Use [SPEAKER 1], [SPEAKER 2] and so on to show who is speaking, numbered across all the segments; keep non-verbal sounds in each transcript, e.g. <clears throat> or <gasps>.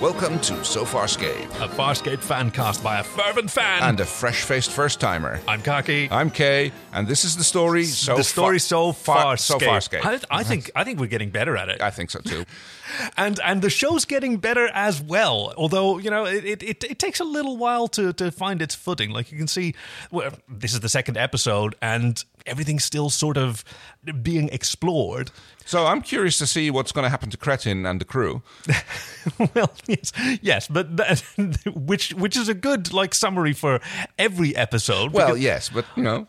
[SPEAKER 1] Welcome to So Farscape
[SPEAKER 2] A Farscape fan cast by a fervent fan.
[SPEAKER 1] and a fresh faced first timer.
[SPEAKER 2] I'm Kaki.
[SPEAKER 1] I'm Kay, and this is the story so
[SPEAKER 2] the story
[SPEAKER 1] fa-
[SPEAKER 2] so far,
[SPEAKER 1] far so Farscape. Mm-hmm.
[SPEAKER 2] I, I think I think we're getting better at it,
[SPEAKER 1] I think so too.
[SPEAKER 2] and and the show's getting better as well. Although you know it it, it, it takes a little while to, to find its footing. Like you can see, well, this is the second episode, and everything's still sort of being explored. <laughs>
[SPEAKER 1] So I'm curious to see what's going to happen to Cretin and the crew.
[SPEAKER 2] well, yes, yes, but that, <laughs> which which is a good like summary for every episode.
[SPEAKER 1] Well,
[SPEAKER 2] because-
[SPEAKER 1] yes, but you know,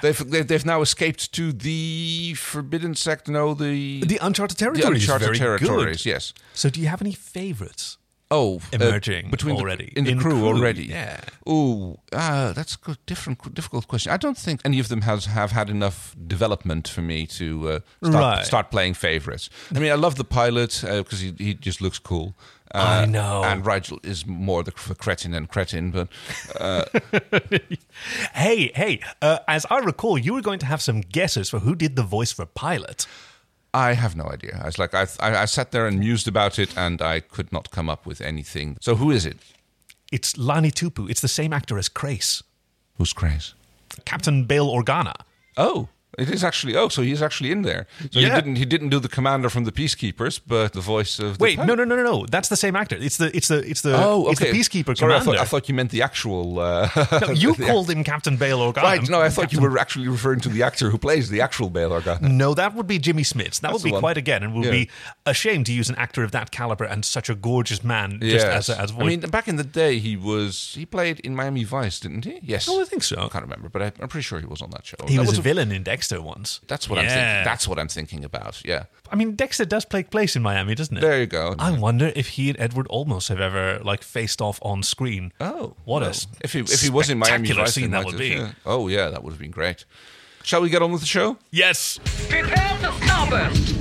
[SPEAKER 1] they've they've, they've now escaped to the Forbidden Sect. No, the
[SPEAKER 2] the uncharted
[SPEAKER 1] the
[SPEAKER 2] territories,
[SPEAKER 1] uncharted
[SPEAKER 2] very good.
[SPEAKER 1] territories. Yes.
[SPEAKER 2] So, do you have
[SPEAKER 1] <laughs>
[SPEAKER 2] any favorites?
[SPEAKER 1] Oh, uh,
[SPEAKER 2] Emerging
[SPEAKER 1] between the-
[SPEAKER 2] already.
[SPEAKER 1] in the
[SPEAKER 2] In
[SPEAKER 1] crew,
[SPEAKER 2] crew,
[SPEAKER 1] already.
[SPEAKER 2] yeah.
[SPEAKER 1] Oh, uh, that's a good, different, difficult question. I don't think any of them has have had enough development for me to uh, start,
[SPEAKER 2] Right.
[SPEAKER 1] start playing favorites. I mean, I love the pilot because he he just looks cool. Uh,
[SPEAKER 2] I know.
[SPEAKER 1] And Rigel is more the for cretin than cretin, but
[SPEAKER 2] Hey, hey, uh, as I recall, you were going to have some guesses for who did the voice for Pilot.
[SPEAKER 1] I have no idea. I was like, I, I, I sat there and mused about it, and I could not come up with anything. So who is it?
[SPEAKER 2] It's Lani Tupu. It's the same actor as Crace,
[SPEAKER 1] Who's Craze?
[SPEAKER 2] Captain Bail Organa.
[SPEAKER 1] Oh, it is actually. Oh, so he's actually in there. So he
[SPEAKER 2] Yeah.
[SPEAKER 1] didn't. He didn't do the commander from the peacekeepers, but the voice of. The
[SPEAKER 2] Wait,
[SPEAKER 1] pilot.
[SPEAKER 2] no, no, no, no, no. That's the same actor. It's the, it's the, it's the,
[SPEAKER 1] Oh,
[SPEAKER 2] it's the
[SPEAKER 1] okay.
[SPEAKER 2] peacekeeper
[SPEAKER 1] Sorry, I thought-
[SPEAKER 2] commander.
[SPEAKER 1] I thought you meant the actual. Uh,
[SPEAKER 2] <laughs>
[SPEAKER 1] <laughs>
[SPEAKER 2] No, you called him Captain Bail Organa.
[SPEAKER 1] right? No, I thought you were actually referring to the actor who plays the actual Bail Organa.
[SPEAKER 2] No, that would be Jimmy Smits. That
[SPEAKER 1] That's
[SPEAKER 2] would
[SPEAKER 1] the
[SPEAKER 2] be
[SPEAKER 1] one.
[SPEAKER 2] quite again, and would
[SPEAKER 1] Yeah.
[SPEAKER 2] be a shame to use an actor of that caliber and such a gorgeous man just
[SPEAKER 1] Yes.
[SPEAKER 2] as a, as a voice.
[SPEAKER 1] I mean, back in the day, he was he played in Miami Vice, didn't he? Yes,
[SPEAKER 2] Oh, I think so.
[SPEAKER 1] I can't remember, but I, I'm pretty sure he was on that show.
[SPEAKER 2] he
[SPEAKER 1] That
[SPEAKER 2] was,
[SPEAKER 1] was
[SPEAKER 2] a villain in Dexter once.
[SPEAKER 1] that's what I'm
[SPEAKER 2] Yeah.
[SPEAKER 1] thinking. That's what I'm thinking about. Yeah,
[SPEAKER 2] I mean, Dexter does take place in Miami, doesn't it?
[SPEAKER 1] there you go.
[SPEAKER 2] I wonder if he and Edward Olmos have ever like faced off on screen.
[SPEAKER 1] Oh,
[SPEAKER 2] what
[SPEAKER 1] well,
[SPEAKER 2] a
[SPEAKER 1] if he if he was in Miami
[SPEAKER 2] spectacular
[SPEAKER 1] Vice, they
[SPEAKER 2] scene that
[SPEAKER 1] might
[SPEAKER 2] would
[SPEAKER 1] have-
[SPEAKER 2] be.
[SPEAKER 1] yeah. Oh yeah, that would have been great. Shall we get on with the show?
[SPEAKER 2] Yes,
[SPEAKER 3] Prepare for starburst.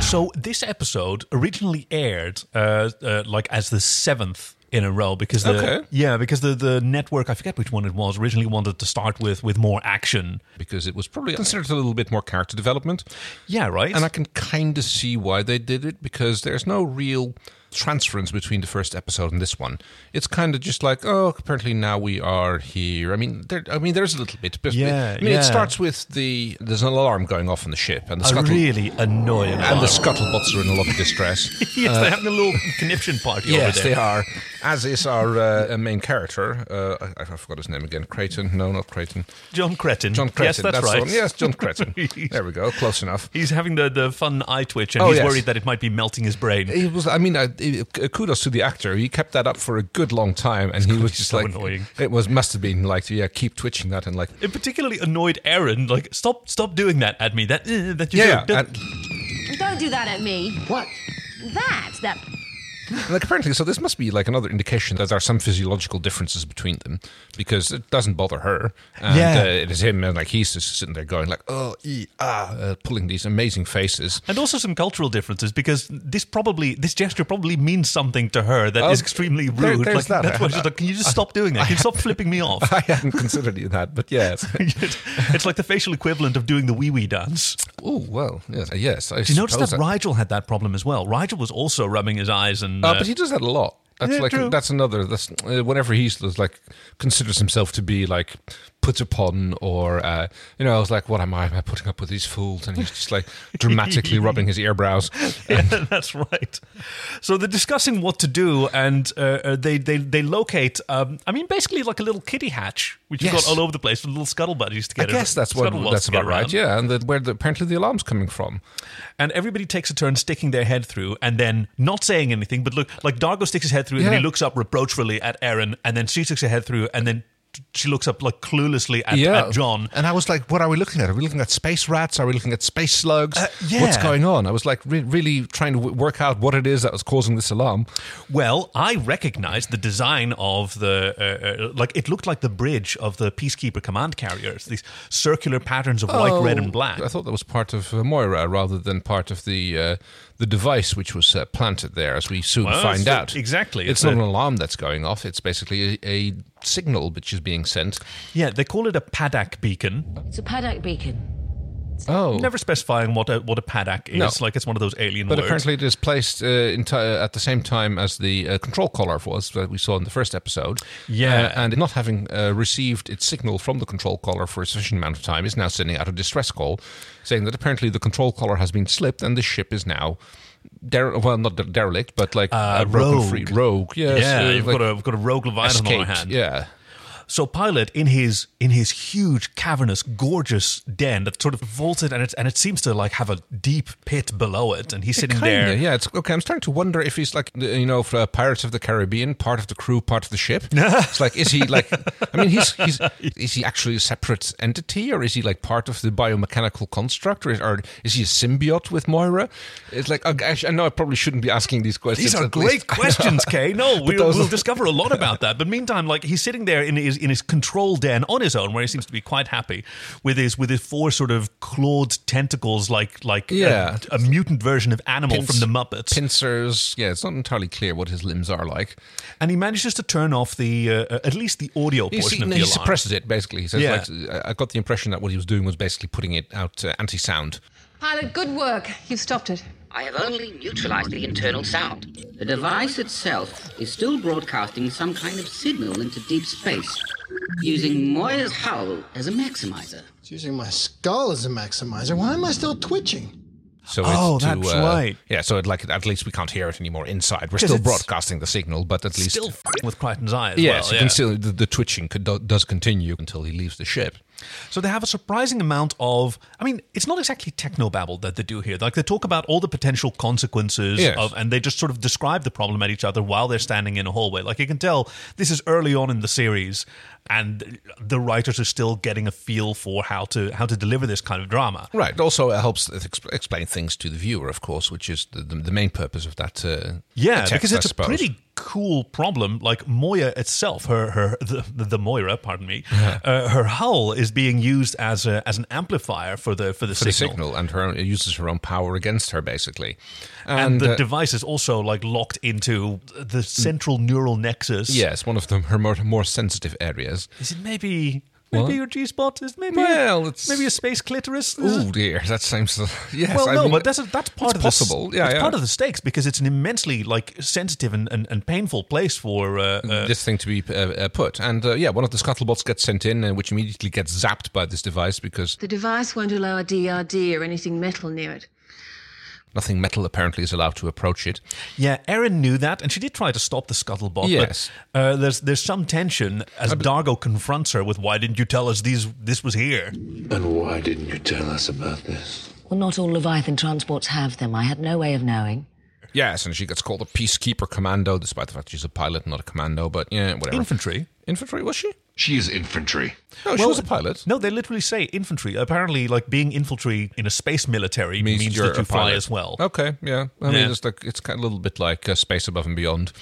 [SPEAKER 2] So this episode originally aired uh, uh, like as the seventh in a row because the
[SPEAKER 1] Okay.
[SPEAKER 2] yeah because the the network I forget which one it was originally wanted to start with with more action.
[SPEAKER 1] Because it was probably considered a little bit more character development.
[SPEAKER 2] Yeah, right.
[SPEAKER 1] And I can kind of see why they did it because there's no real transference between the first episode and this one. It's kind of just like, oh, apparently now we are here. I mean, there, I mean, there's a little bit, but
[SPEAKER 2] Yeah,
[SPEAKER 1] I mean,
[SPEAKER 2] yeah.
[SPEAKER 1] it starts with the there's an alarm going off on the ship, and the
[SPEAKER 2] a
[SPEAKER 1] scuttle
[SPEAKER 2] really annoying.
[SPEAKER 1] and the
[SPEAKER 2] alarm.
[SPEAKER 1] scuttlebots are in a lot of
[SPEAKER 2] <laughs>
[SPEAKER 1] distress.
[SPEAKER 2] yes, they're having a little conniption party
[SPEAKER 1] Yes,
[SPEAKER 2] over there.
[SPEAKER 1] they are. As is our uh, main character. Uh, I, I forgot his name again. Creighton? No, not Creighton.
[SPEAKER 2] John Cretton.
[SPEAKER 1] John Creighton.
[SPEAKER 2] Yes, that's,
[SPEAKER 1] the
[SPEAKER 2] right.
[SPEAKER 1] one. Yes,
[SPEAKER 2] <laughs>
[SPEAKER 1] John Creighton. there we go. Close enough.
[SPEAKER 2] He's having the, the fun eye twitch, and
[SPEAKER 1] Oh,
[SPEAKER 2] he's
[SPEAKER 1] yes.
[SPEAKER 2] worried that it might be melting his brain.
[SPEAKER 1] He was. I mean, I, I- kudos to the actor. He kept that up for a good long time, and he was just
[SPEAKER 2] so
[SPEAKER 1] like,
[SPEAKER 2] annoying.
[SPEAKER 1] it was must have been like, yeah, keep twitching that, and like,
[SPEAKER 2] It particularly annoyed Aaron. Like, stop, stop doing that at me. That uh, that you
[SPEAKER 1] yeah,
[SPEAKER 2] do.
[SPEAKER 1] and,
[SPEAKER 4] Don't do that at me.
[SPEAKER 1] what?
[SPEAKER 4] That, that.
[SPEAKER 1] Like apparently, so this must be like another indication that there are some physiological differences between them, because it doesn't bother her, and
[SPEAKER 2] Yeah.
[SPEAKER 1] uh, it is him, and like he's just sitting there going like, oh, ee, ah, uh, pulling these amazing faces.
[SPEAKER 2] and also some cultural differences because this probably this gesture probably means something to her that
[SPEAKER 1] Oh,
[SPEAKER 2] is extremely
[SPEAKER 1] there-
[SPEAKER 2] rude.
[SPEAKER 1] there's that.
[SPEAKER 2] like, That's why she's like, can you just stop doing that? Can you stop flipping me off?
[SPEAKER 1] <laughs>
[SPEAKER 2] <laughs>
[SPEAKER 1] I hadn't considered that, but <laughs> yes.
[SPEAKER 2] it's like the facial equivalent of doing the wee wee dance.
[SPEAKER 1] oh well, yes, yes. I
[SPEAKER 2] Do you notice
[SPEAKER 1] suppose
[SPEAKER 2] that Rigel had that problem as well? Rigel was also rubbing his eyes and.
[SPEAKER 1] Uh,
[SPEAKER 2] uh,
[SPEAKER 1] but he does that a lot. That's
[SPEAKER 2] Yeah,
[SPEAKER 1] like
[SPEAKER 2] true.
[SPEAKER 1] that's another. That's uh, whenever he's there's like considers himself to be like put upon, or uh, you know, I was like, what am I? Am I putting up with these fools? And he's just
[SPEAKER 2] <laughs>
[SPEAKER 1] like dramatically rubbing his eyebrows.
[SPEAKER 2] yeah, <laughs> that's right. So they're discussing what to do, and uh, uh, they they they locate. Um, I mean, basically like a little kitty hatch, which you've
[SPEAKER 1] Yes.
[SPEAKER 2] got all over the place with little scuttlebutt used to
[SPEAKER 1] I
[SPEAKER 2] get.
[SPEAKER 1] guess that's what
[SPEAKER 2] what
[SPEAKER 1] that's about right. Yeah, and that where the, apparently the alarm's coming from.
[SPEAKER 2] And everybody takes a turn sticking their head through and then not saying anything, but look, like Dargo sticks his head through and then
[SPEAKER 1] Yeah.
[SPEAKER 2] he looks up reproachfully at Aaron, and then she sticks her head through and then t- she looks up like cluelessly at,
[SPEAKER 1] Yeah,
[SPEAKER 2] at Uh, John.
[SPEAKER 1] And I was like, what are we looking at? Are we looking at space rats? Are we looking at space slugs?
[SPEAKER 2] Uh, yeah.
[SPEAKER 1] What's going on? I was like re- really trying to w- work out what it is that was causing this alarm.
[SPEAKER 2] Well, I recognized the design of the, uh, uh, like, it looked like the bridge of the Peacekeeper command carriers, these circular patterns of white, red,
[SPEAKER 1] Oh,
[SPEAKER 2] and black.
[SPEAKER 1] I thought that was part of uh, Moira rather than part of the uh, the device which was uh, planted there, as we soon
[SPEAKER 2] Well,
[SPEAKER 1] find
[SPEAKER 2] it's the-
[SPEAKER 1] out.
[SPEAKER 2] exactly,
[SPEAKER 1] it's
[SPEAKER 2] it's
[SPEAKER 1] not
[SPEAKER 2] a-
[SPEAKER 1] an alarm that's going off. It's basically a, a signal which is being sent.
[SPEAKER 2] Yeah, they call it a Paddock beacon.
[SPEAKER 4] It's a paddock beacon.
[SPEAKER 1] Oh.
[SPEAKER 2] never specifying what a what a paddock is.
[SPEAKER 1] No.
[SPEAKER 2] Like it's one of those alien
[SPEAKER 1] But
[SPEAKER 2] words.
[SPEAKER 1] apparently, it is placed uh, in ti- at the same time as the uh, control collar was that we saw in the first episode.
[SPEAKER 2] Yeah.
[SPEAKER 1] Uh, and not having uh, received its signal from the control collar for a sufficient amount of time, is now sending out a distress call saying that apparently the control collar has been slipped and the ship is now. Dere- well, not de- derelict, but like uh, broken
[SPEAKER 2] rogue.
[SPEAKER 1] free. Rogue, yes,
[SPEAKER 2] yeah,
[SPEAKER 1] uh,
[SPEAKER 2] we've
[SPEAKER 1] like
[SPEAKER 2] got a we've got a rogue leviathan on our
[SPEAKER 1] escaped.
[SPEAKER 2] hand.
[SPEAKER 1] Yeah,
[SPEAKER 2] So Pilate in his in his huge cavernous gorgeous den that's sort of vaulted and it and it seems to like have a deep pit below it and he's sitting
[SPEAKER 1] Kinda,
[SPEAKER 2] there.
[SPEAKER 1] Yeah, it's okay. I'm starting to wonder if he's like the- you know, for, uh, Pirates of the Caribbean, part of the crew, part of the
[SPEAKER 2] <laughs>
[SPEAKER 1] ship. it's like, is he like? I mean, he's he's is he actually a separate entity, or is he like part of the biomechanical construct, or is, or is he a symbiote with Moira? It's like, oh, gosh, I know I probably shouldn't be asking these questions.
[SPEAKER 2] These are
[SPEAKER 1] at
[SPEAKER 2] great
[SPEAKER 1] least. <laughs>
[SPEAKER 2] questions, Kay. No, we,
[SPEAKER 1] those-
[SPEAKER 2] we'll discover a lot about that. But meantime, like he's sitting there in his in his control den on his own, where he seems to be quite happy with his with his four sort of clawed tentacles, like like a-
[SPEAKER 1] Yeah.
[SPEAKER 2] a, mutant version of animal
[SPEAKER 1] Pins-
[SPEAKER 2] from the Muppets.
[SPEAKER 1] Pincers, yeah, it's not entirely clear what his limbs are like.
[SPEAKER 2] and he manages to turn off the uh, at least the audio
[SPEAKER 1] He,
[SPEAKER 2] portion
[SPEAKER 1] he-
[SPEAKER 2] of the
[SPEAKER 1] he
[SPEAKER 2] alarm.
[SPEAKER 1] suppresses it basically. He says,
[SPEAKER 2] Yeah.
[SPEAKER 1] like, I- I got the impression that what he was doing was basically putting it out uh, anti-sound.
[SPEAKER 4] Pilot, good work. You've stopped it.
[SPEAKER 5] I have only neutralized the internal sound. The device itself is still broadcasting some kind of signal into deep space, using Moya's hull as a maximizer.
[SPEAKER 6] It's using my skull as a maximizer. Why am I still twitching?
[SPEAKER 1] So
[SPEAKER 2] Oh,
[SPEAKER 1] it's to,
[SPEAKER 2] that's
[SPEAKER 1] uh,
[SPEAKER 2] right.
[SPEAKER 1] Yeah, so it, like at least we can't hear it anymore inside. We're
[SPEAKER 2] 'Cause
[SPEAKER 1] still
[SPEAKER 2] it's
[SPEAKER 1] broadcasting the signal, but at least
[SPEAKER 2] Still f- with Crichton's eye as
[SPEAKER 1] yes,
[SPEAKER 2] well.
[SPEAKER 1] you
[SPEAKER 2] yeah.
[SPEAKER 1] can still the, the twitching could, do, does continue until he leaves the ship.
[SPEAKER 2] So they have a surprising amount of. I mean, it's not exactly technobabble that they do here. Like they talk about all the potential consequences
[SPEAKER 1] Yes.
[SPEAKER 2] of, and they just sort of describe the problem at each other while they're standing in a hallway. Like you can tell this is early on in the series, and the writers are still getting a feel for how to how to deliver this kind of drama.
[SPEAKER 1] Right. Also, it helps exp- explain things to the viewer, of course, which is the, the, the main purpose of that. Uh,
[SPEAKER 2] Yeah,
[SPEAKER 1] text,
[SPEAKER 2] because
[SPEAKER 1] I
[SPEAKER 2] it's a
[SPEAKER 1] suppose.
[SPEAKER 2] pretty cool problem. Like Moya itself, her her the, the Moira, pardon me, uh, her hull is being used as a, as an amplifier for the for the
[SPEAKER 1] for the
[SPEAKER 2] signal.
[SPEAKER 1] signal, and her it uses her own power against her basically,
[SPEAKER 2] and, the
[SPEAKER 1] uh,
[SPEAKER 2] device is also like locked into the central neural nexus.
[SPEAKER 1] yes, one of the, her more, more sensitive areas.
[SPEAKER 2] Is it maybe maybe
[SPEAKER 1] What?
[SPEAKER 2] your G spot? Is maybe
[SPEAKER 1] Well, it's-
[SPEAKER 2] maybe a space clitoris? Is
[SPEAKER 1] Oh
[SPEAKER 2] it-
[SPEAKER 1] dear, that seems <laughs> yes.
[SPEAKER 2] well,
[SPEAKER 1] I
[SPEAKER 2] no,
[SPEAKER 1] mean,
[SPEAKER 2] but that's a, that's part
[SPEAKER 1] it's
[SPEAKER 2] of
[SPEAKER 1] possible.
[SPEAKER 2] The, s-
[SPEAKER 1] yeah,
[SPEAKER 2] it's
[SPEAKER 1] yeah.
[SPEAKER 2] part of the stakes because it's an immensely like sensitive and, and, and painful place for uh, uh,
[SPEAKER 1] this thing to be uh, uh, put. And uh, yeah, one of the scuttlebots gets sent in, uh, which immediately gets zapped by this device because
[SPEAKER 4] The device won't allow a DRD or anything metal near it.
[SPEAKER 1] nothing metal apparently is allowed to approach it.
[SPEAKER 2] Yeah, Erin knew that, and she did try to stop the scuttlebutt.
[SPEAKER 1] Yes.
[SPEAKER 2] But, uh, there's there's some tension as Dargo confronts her with, "Why didn't you tell us these this was here?"
[SPEAKER 7] And why didn't you tell us about this?
[SPEAKER 8] Well, not all Leviathan transports have them. I had no way of knowing.
[SPEAKER 1] Yes, and she gets called a peacekeeper commando, despite the fact she's a pilot, not a commando. But yeah, whatever.
[SPEAKER 2] Infantry.
[SPEAKER 1] Infantry was she?
[SPEAKER 7] She is infantry.
[SPEAKER 1] No, she was a pilot.
[SPEAKER 2] No, they literally say infantry. Apparently, like being infantry in a space military means,
[SPEAKER 1] you're
[SPEAKER 2] that you
[SPEAKER 1] a
[SPEAKER 2] fly
[SPEAKER 1] pilot. Oh,
[SPEAKER 2] as well.
[SPEAKER 1] Okay, yeah. I
[SPEAKER 2] Yeah.
[SPEAKER 1] mean, it's like it's kind of a little bit like uh, Space Above and Beyond,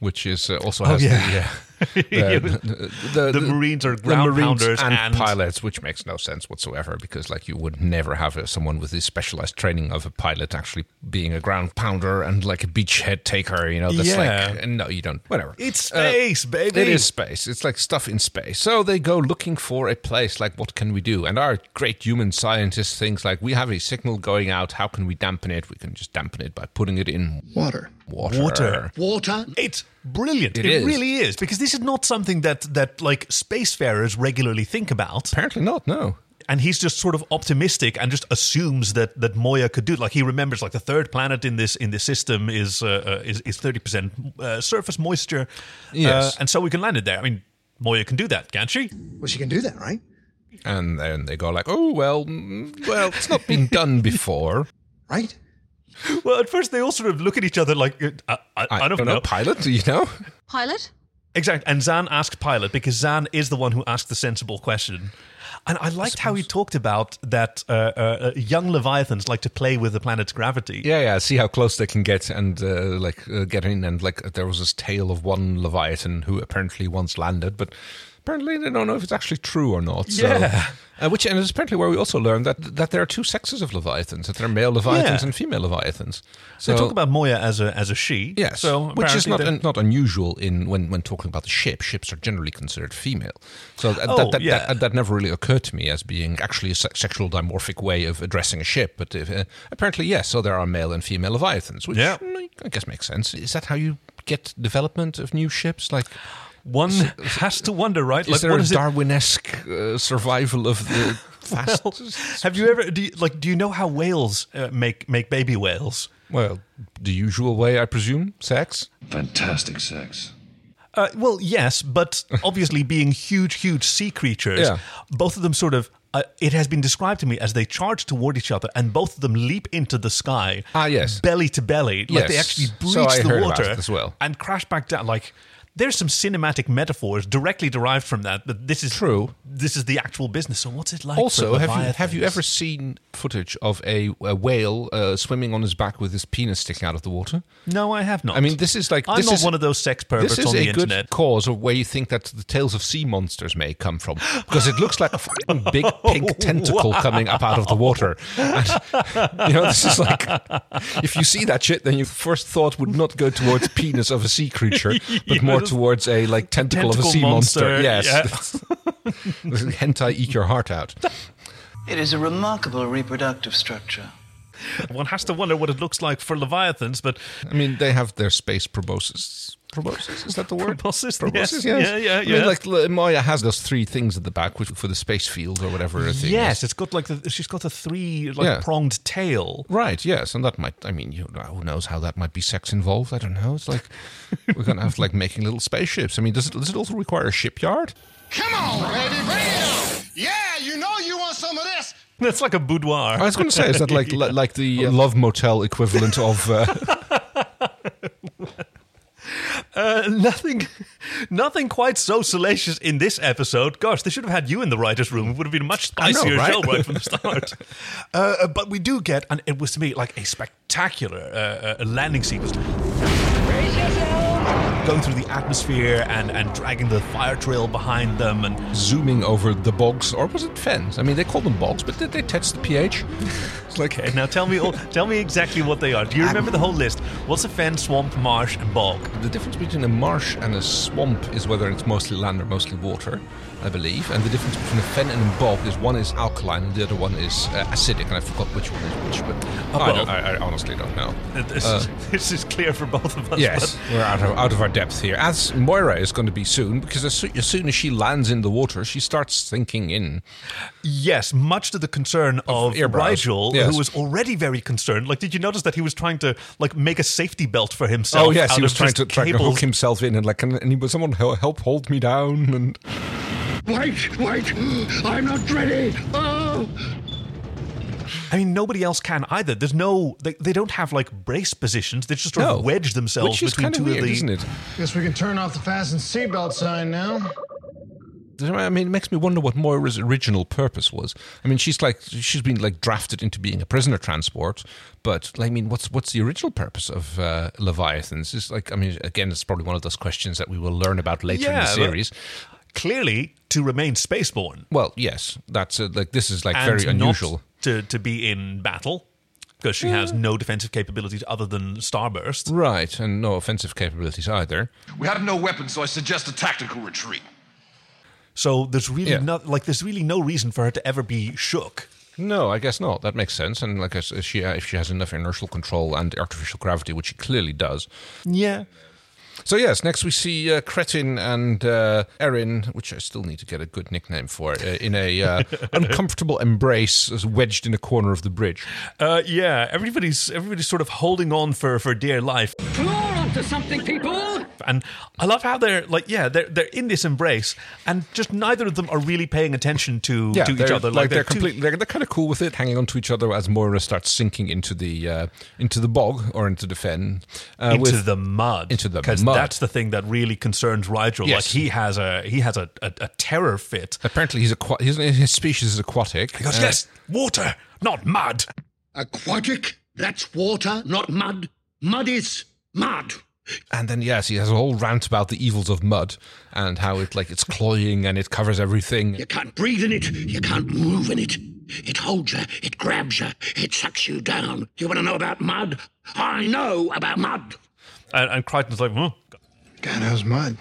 [SPEAKER 1] which is uh, also has
[SPEAKER 2] Oh, yeah. <laughs>
[SPEAKER 1] the, uh, the, the-
[SPEAKER 2] The Marines are ground
[SPEAKER 1] Marines
[SPEAKER 2] pounders
[SPEAKER 1] and,
[SPEAKER 2] and-
[SPEAKER 1] pilots, which makes no sense whatsoever because like you would never have uh, someone with the specialized training of a pilot actually being a ground pounder and like a beachhead taker. You know, that's
[SPEAKER 2] Yeah.
[SPEAKER 1] like no, you don't. Whatever.
[SPEAKER 2] It's
[SPEAKER 1] Uh,
[SPEAKER 2] space, baby.
[SPEAKER 1] It is space. It's like stuff in space. So they go looking for a place like what can we do? And our great human scientist thinks like we have a signal going out. How can we dampen it? We can just dampen it by putting it in
[SPEAKER 6] Water.
[SPEAKER 1] water.
[SPEAKER 2] Water.
[SPEAKER 6] Water?
[SPEAKER 2] It's brilliant. It,
[SPEAKER 1] It is.
[SPEAKER 2] really is because this is not something that that like spacefarers regularly think about.
[SPEAKER 1] Apparently not. No.
[SPEAKER 2] and he's just sort of optimistic and just assumes that that Moya could do it. Like he remembers, like the third planet in this in this system is uh, uh, is is thirty percent uh, surface moisture,
[SPEAKER 1] Yes.
[SPEAKER 2] uh, and so we can land it there. I mean, Moya can do that, can't she?
[SPEAKER 6] Well, she can do that, right?
[SPEAKER 1] And then they go like, oh well, mm, well, it's not been done
[SPEAKER 2] <laughs>
[SPEAKER 1] before.
[SPEAKER 6] Right?
[SPEAKER 2] Well, at first they all sort of look at each other like uh, I, I, I don't, know.
[SPEAKER 1] pilot. You know.
[SPEAKER 4] Pilot?
[SPEAKER 2] Exactly. And Zan asked Pilot because Zan is the one who asked the sensible question. And I liked how he talked about that uh, uh, uh, young leviathans like to play with the planet's gravity.
[SPEAKER 1] Yeah, yeah. See how close they can get and uh, like uh, get in. And like there was this tale of one Leviathan who apparently once landed, but Apparently, they don't know if it's actually true or not. So.
[SPEAKER 2] Yeah.
[SPEAKER 1] Uh, which and it's apparently where we also learned that that there are two sexes of leviathans, that there are male leviathans
[SPEAKER 2] Yeah.
[SPEAKER 1] and female leviathans. So
[SPEAKER 2] They talk about Moya as a as a she.
[SPEAKER 1] Yes,
[SPEAKER 2] So
[SPEAKER 1] which is
[SPEAKER 2] apparently
[SPEAKER 1] not
[SPEAKER 2] they're-
[SPEAKER 1] un, not unusual in when, when talking about the ship. Ships are generally considered female, so uh, that
[SPEAKER 2] Oh,
[SPEAKER 1] that, that,
[SPEAKER 2] yeah.
[SPEAKER 1] that, that never really occurred to me as being actually a se- sexual dimorphic way of addressing a ship. But if, uh, apparently, yes. So there are male and female leviathans, which
[SPEAKER 2] Yeah.
[SPEAKER 1] mm, I guess makes sense. Is that how you get development of new ships? Like,
[SPEAKER 2] one has to wonder, right?
[SPEAKER 1] is there
[SPEAKER 2] what
[SPEAKER 1] a
[SPEAKER 2] is it-
[SPEAKER 1] Darwinesque uh, survival of
[SPEAKER 2] <laughs>
[SPEAKER 1] the fast?
[SPEAKER 2] Well, have you ever do you, like do you know how whales uh, make make baby whales?
[SPEAKER 1] well, the usual way, I presume, sex.
[SPEAKER 7] Fantastic sex.
[SPEAKER 2] Uh, well,
[SPEAKER 1] <laughs>
[SPEAKER 2] yes, but obviously, being huge, huge sea creatures,
[SPEAKER 1] Yeah.
[SPEAKER 2] both of them sort of. Uh, it has been described to me as they charge toward each other, and both of them leap into the sky.
[SPEAKER 1] Ah, yes.
[SPEAKER 2] belly to belly, like they
[SPEAKER 1] Yes.
[SPEAKER 2] actually breach
[SPEAKER 1] So I
[SPEAKER 2] the
[SPEAKER 1] heard about
[SPEAKER 2] water
[SPEAKER 1] it as well.
[SPEAKER 2] and crash back down. Like there's some cinematic metaphors directly derived from that, but this is
[SPEAKER 1] True.
[SPEAKER 2] This is the actual business. So what's it like? for
[SPEAKER 1] Also, have you have you
[SPEAKER 2] leviathans?
[SPEAKER 1] ever seen footage of a, a whale uh, swimming on his back with his penis sticking out of the water?
[SPEAKER 2] No, I have not.
[SPEAKER 1] I mean, this is like
[SPEAKER 2] I'm
[SPEAKER 1] this
[SPEAKER 2] not
[SPEAKER 1] is,
[SPEAKER 2] one of those sex perverts
[SPEAKER 1] This is
[SPEAKER 2] on
[SPEAKER 1] a
[SPEAKER 2] the
[SPEAKER 1] good
[SPEAKER 2] internet.
[SPEAKER 1] cause of where you think that the tales of sea monsters may come from, because it looks like a fucking
[SPEAKER 2] <laughs>
[SPEAKER 1] big pink tentacle coming up out of the water. And, you know, this is like if you see that shit, then your first thought would not go towards penis of a sea creature,
[SPEAKER 2] <laughs>
[SPEAKER 1] but more
[SPEAKER 2] Yes.
[SPEAKER 1] towards a like tentacle, of a
[SPEAKER 2] Tentacle
[SPEAKER 1] sea monster.
[SPEAKER 2] monster,
[SPEAKER 1] Yes, <laughs> hentai eat your heart out.
[SPEAKER 9] It is a remarkable reproductive structure.
[SPEAKER 2] One has to wonder what it looks like for leviathans, but
[SPEAKER 1] I mean, they have their space proboscis. Proboscis is that the word?
[SPEAKER 2] Proboscis,
[SPEAKER 1] yes.
[SPEAKER 2] yes. Yeah, yeah,
[SPEAKER 1] I
[SPEAKER 2] yeah.
[SPEAKER 1] mean, like Le- Maya has those three things at the back, which for the space field or whatever. a Thing
[SPEAKER 2] yes,
[SPEAKER 1] is.
[SPEAKER 2] it's got like the, she's got a three like
[SPEAKER 1] Yeah.
[SPEAKER 2] pronged tail.
[SPEAKER 1] Right. Yes, and that might. I mean, you know, who knows how that might be sex involved? I don't know. It's
[SPEAKER 2] <laughs>
[SPEAKER 1] like we're gonna have like making little spaceships. I mean, does it does it also require a shipyard?
[SPEAKER 6] Come on, baby, bring it on. Yeah, you know you want some of this.
[SPEAKER 2] That's like a boudoir.
[SPEAKER 1] I was going to say, is that
[SPEAKER 2] <laughs>
[SPEAKER 1] like li- like the uh, love motel equivalent of? Uh, <laughs>
[SPEAKER 2] Uh, nothing, nothing quite so salacious in this episode. Gosh, they should have had you in the writers' room. It would have been a much
[SPEAKER 1] I know,
[SPEAKER 2] spicier
[SPEAKER 1] right?
[SPEAKER 2] show right
[SPEAKER 1] <laughs>
[SPEAKER 2] from the start. uh, uh, but we do get, and it was to me like a spectacular uh, uh, landing sequence. Going through the atmosphere and, and dragging the fire trail behind them, and
[SPEAKER 1] zooming over the bogs, or was it fens? I mean, they call them bogs, but did they test the pH? It's like
[SPEAKER 2] Okay, now tell me, all, tell me exactly what they are. Do you remember the whole list? What's a fen, swamp, marsh, and bog?
[SPEAKER 1] The difference between a marsh and a swamp is whether it's mostly land or mostly water, I believe. And the difference between a fen and a bog is one is alkaline and the other one is uh, acidic. And I forgot which one is which, but I,
[SPEAKER 2] well.
[SPEAKER 1] don't- I, I honestly don't know.
[SPEAKER 2] Uh, This, is, <laughs> this is clear for both of us.
[SPEAKER 1] Uh. Yes, we're out of, out of our depth here. As Moira is going to be soon, because as, soo- as soon as she lands in the water, she starts sinking in.
[SPEAKER 2] but- yes. Much to the concern of,
[SPEAKER 1] Earbrows.
[SPEAKER 2] Rigel,
[SPEAKER 1] Yes.
[SPEAKER 2] who was already very concerned. Like, did you notice that he was trying to like make a safety belt for himself? Oh, out
[SPEAKER 1] Oh, he was
[SPEAKER 2] of
[SPEAKER 1] trying
[SPEAKER 2] just
[SPEAKER 1] to trying to
[SPEAKER 2] cables?
[SPEAKER 1] hook himself in, and like, can, and he was someone hel- help hold me down, and
[SPEAKER 7] Wait, wait! I'm not ready! Oh!
[SPEAKER 2] I mean, nobody else can either. There's no, they, they don't have like brace positions. They just sort
[SPEAKER 1] no,
[SPEAKER 2] of wedge themselves
[SPEAKER 1] which is
[SPEAKER 2] between
[SPEAKER 1] kind of
[SPEAKER 2] two
[SPEAKER 1] weird,
[SPEAKER 2] of the.
[SPEAKER 1] isn't it?
[SPEAKER 6] Guess we can turn off the fasten seatbelt sign now.
[SPEAKER 1] I mean, it makes me wonder what Moira's original purpose was. I mean, she's like she's been like drafted into being a prisoner transport, but like, I mean, what's what's the original purpose of uh, Leviathans? Is like, I mean, again, it's probably one of those questions that we will learn about later in
[SPEAKER 2] Yeah,
[SPEAKER 1] the
[SPEAKER 2] but-
[SPEAKER 1] series.
[SPEAKER 2] Clearly, to remain spaceborne
[SPEAKER 1] well, yes, that's uh like this is like
[SPEAKER 2] and
[SPEAKER 1] very
[SPEAKER 2] not
[SPEAKER 1] unusual. Mm.
[SPEAKER 2] to to be in battle because she has no defensive capabilities other than starburst.
[SPEAKER 1] Right, and no offensive capabilities either.
[SPEAKER 10] We had no weapons, so I suggest a tactical retreat.
[SPEAKER 2] So there's really
[SPEAKER 1] Yeah.
[SPEAKER 2] not like there's really no reason for her to ever be shook.
[SPEAKER 1] No, I guess not. That makes sense. And like, I s- if she uh, if she has enough inertial control and artificial gravity, which she clearly does,
[SPEAKER 2] Yeah.
[SPEAKER 1] So yes, next we see uh, Cretin and uh, Erin, which I still need to get a good nickname for, uh, in a uh,
[SPEAKER 2] <laughs>
[SPEAKER 1] uncomfortable embrace, as wedged in a corner of the bridge.
[SPEAKER 2] Uh, yeah, everybody's everybody's sort of holding on for, for dear life,
[SPEAKER 3] Claw onto something, people!
[SPEAKER 2] and I love how they're like, yeah, they're they're in this embrace, and just neither of them are really paying attention to, to each
[SPEAKER 1] they're,
[SPEAKER 2] other.
[SPEAKER 1] like, they're,
[SPEAKER 2] too-
[SPEAKER 1] completely they're, they're kind of cool with it, hanging onto each other as Moira starts sinking into the uh, into the bog or into the fen. Uh,
[SPEAKER 2] into
[SPEAKER 1] with-
[SPEAKER 2] the mud.
[SPEAKER 1] into the
[SPEAKER 2] because
[SPEAKER 1] mud.
[SPEAKER 2] that's the thing that really concerns Rigel.
[SPEAKER 1] Yes.
[SPEAKER 2] Like he has a he has a, a, a terror fit.
[SPEAKER 1] apparently he's aqua- his, his species is aquatic.
[SPEAKER 2] He goes,
[SPEAKER 1] Uh,
[SPEAKER 2] yes, water, not mud.
[SPEAKER 10] Aquatic? That's water, not mud. Mud is mud.
[SPEAKER 1] And then yes, he has a whole rant about the evils of mud and how it like it's cloying and it covers everything.
[SPEAKER 7] You can't breathe in it. You can't move in it. It holds you. It grabs you. It sucks you down. You want to know about mud? I know about mud.
[SPEAKER 2] And, and Crichton's like, "Huh,
[SPEAKER 6] God knows mud.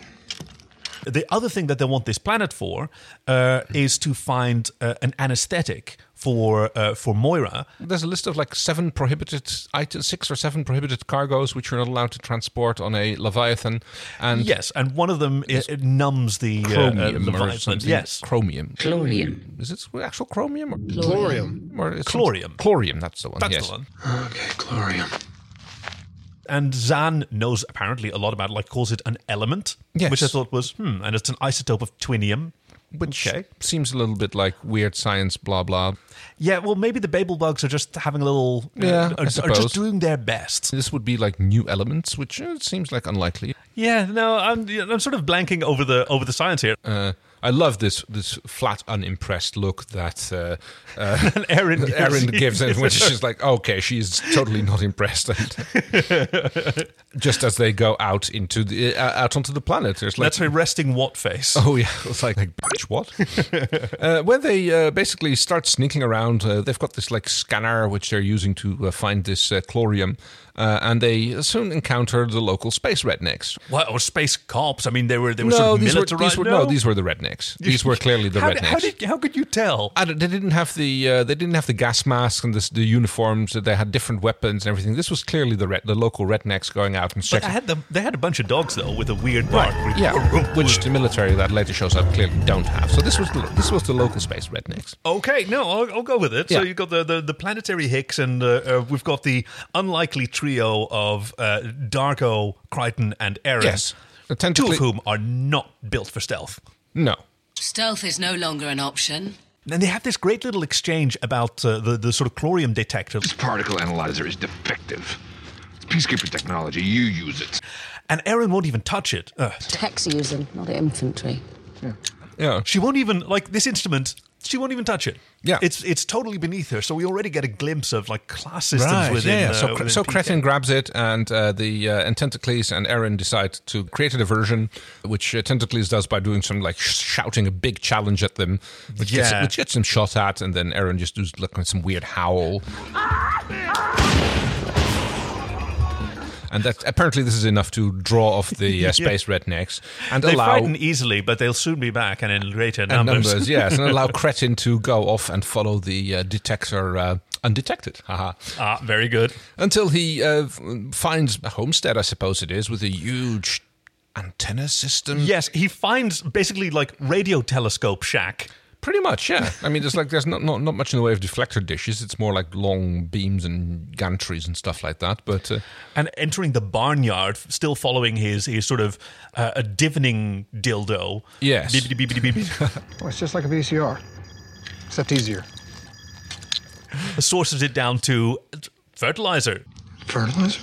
[SPEAKER 2] The other thing that they want this planet for uh, is to find uh, an anesthetic for uh, for Moira.
[SPEAKER 1] There's a list of like seven prohibited items, six or seven prohibited cargoes which you're not allowed to transport on a Leviathan, and
[SPEAKER 2] Yes, and one of them it, it numbs the uh, uh,
[SPEAKER 1] chromium or
[SPEAKER 2] Leviathan.
[SPEAKER 1] something.
[SPEAKER 2] Yes,
[SPEAKER 1] chromium.
[SPEAKER 5] Chlorium.
[SPEAKER 1] Is it actual chromium or,
[SPEAKER 6] Glorium.
[SPEAKER 1] or it's some-
[SPEAKER 2] Chlorium.
[SPEAKER 1] Chlorium, that's the one.
[SPEAKER 2] that's
[SPEAKER 1] yes.
[SPEAKER 2] the one.
[SPEAKER 6] Okay, glorium.
[SPEAKER 2] And Zan knows apparently a lot about, it, like, calls it an element,
[SPEAKER 1] Yes.
[SPEAKER 2] which I thought was hmm, and it's an isotope of twinium.
[SPEAKER 1] Which
[SPEAKER 2] Okay.
[SPEAKER 1] seems a little bit like weird science, blah blah.
[SPEAKER 2] Yeah, well, maybe the Babel bugs are just having a little, uh,
[SPEAKER 1] Yeah, I
[SPEAKER 2] are, are
[SPEAKER 1] suppose.
[SPEAKER 2] just doing their best.
[SPEAKER 1] This would be like new elements, which uh, seems like unlikely.
[SPEAKER 2] Yeah, no, I'm, I'm sort of blanking over the over the science here.
[SPEAKER 1] Uh, I love this this flat, unimpressed look that uh, uh, <laughs>
[SPEAKER 2] Erin gives-
[SPEAKER 1] Erin gives, in which she's like, okay, she's totally not impressed. And <laughs> just as they go out into the uh, out onto the planet, there's like
[SPEAKER 2] <laughs> That's her resting what face.
[SPEAKER 1] Oh yeah, it's like, like bitch, what? <laughs> uh, when they uh, basically start sneaking around, uh, they've got this like scanner which they're using to uh, find this uh, chlorium, uh, and they soon encounter the local space rednecks.
[SPEAKER 2] What, or space cops? I mean, they were they were
[SPEAKER 1] No,
[SPEAKER 2] sort of
[SPEAKER 1] these were,
[SPEAKER 2] militarized.
[SPEAKER 1] these were no, these were the <laughs> rednecks. These were clearly the
[SPEAKER 2] how,
[SPEAKER 1] rednecks.
[SPEAKER 2] did- How, did, how could you tell?
[SPEAKER 1] I don't- they didn't have the uh, they didn't have the gas masks and the, the uniforms. They had different weapons and everything. This was clearly the red, the local rednecks going out and
[SPEAKER 2] But I
[SPEAKER 1] checking.
[SPEAKER 2] had them. They had a bunch of dogs though, with a weird bark.
[SPEAKER 1] Right, yeah, which the military that later shows up clearly don't have. So this was the, this was the local space rednecks.
[SPEAKER 2] <laughs> Okay, no, I'll, I'll go with it.
[SPEAKER 1] Yeah.
[SPEAKER 2] So you've got the, the, the planetary Hicks, and uh, uh, we've got the unlikely trio of uh, Darko, Crichton, and Aaron.
[SPEAKER 1] Yes. Uh,
[SPEAKER 2] Two
[SPEAKER 1] tentacly-
[SPEAKER 2] of whom are not built for stealth.
[SPEAKER 1] No.
[SPEAKER 8] Stealth is no longer an option.
[SPEAKER 2] And they have this great little exchange about uh, the, the sort of chlorium detector.
[SPEAKER 10] This particle analyzer is defective. It's peacekeeper technology. You use it.
[SPEAKER 2] And Aaron won't even touch it. Ugh.
[SPEAKER 8] Techs use them, not infantry.
[SPEAKER 1] Yeah.
[SPEAKER 2] She won't even like this instrument. She won't even touch it.
[SPEAKER 1] Yeah.
[SPEAKER 2] it's it's totally beneath her. So we already get a glimpse of like class systems within.
[SPEAKER 1] yeah.
[SPEAKER 2] uh,
[SPEAKER 1] so
[SPEAKER 2] within
[SPEAKER 1] Cre- so
[SPEAKER 2] PK.
[SPEAKER 1] Cretin grabs it, and uh, the uh, and Tentacles and Aaron decide to create a diversion, which uh, Tentacles does by doing some like sh- shouting a big challenge at them, which
[SPEAKER 2] Yeah.
[SPEAKER 1] gets, which gets him shot at, and then Aaron just does like some weird howl. And that apparently this is enough to draw off
[SPEAKER 2] <laughs>
[SPEAKER 1] the uh, space rednecks and
[SPEAKER 2] They
[SPEAKER 1] allow
[SPEAKER 2] frighten easily, but they'll soon be back and in greater
[SPEAKER 1] and
[SPEAKER 2] numbers.
[SPEAKER 1] numbers, yes, and
[SPEAKER 2] <laughs>
[SPEAKER 1] allow Cretin to go off and follow the uh, detector uh, undetected. Haha.
[SPEAKER 2] ah, very good.
[SPEAKER 1] until he uh, f- finds a homestead, I suppose it is, with a huge antenna system.
[SPEAKER 2] Yes, he finds basically like radio telescope shack.
[SPEAKER 1] pretty much. Yeah, I mean, there's like there's not, not not much in the way of deflector dishes. It's more like long beams and gantries and stuff like that. But uh,
[SPEAKER 2] And entering the barnyard, still following his his sort of uh, a divining dildo.
[SPEAKER 1] Yes.
[SPEAKER 2] Beepity,
[SPEAKER 1] <laughs>
[SPEAKER 2] beepity, beepity,
[SPEAKER 6] Well, Oh, it's just like a VCR, except easier.
[SPEAKER 2] sources it down to fertilizer.
[SPEAKER 6] Fertilizer?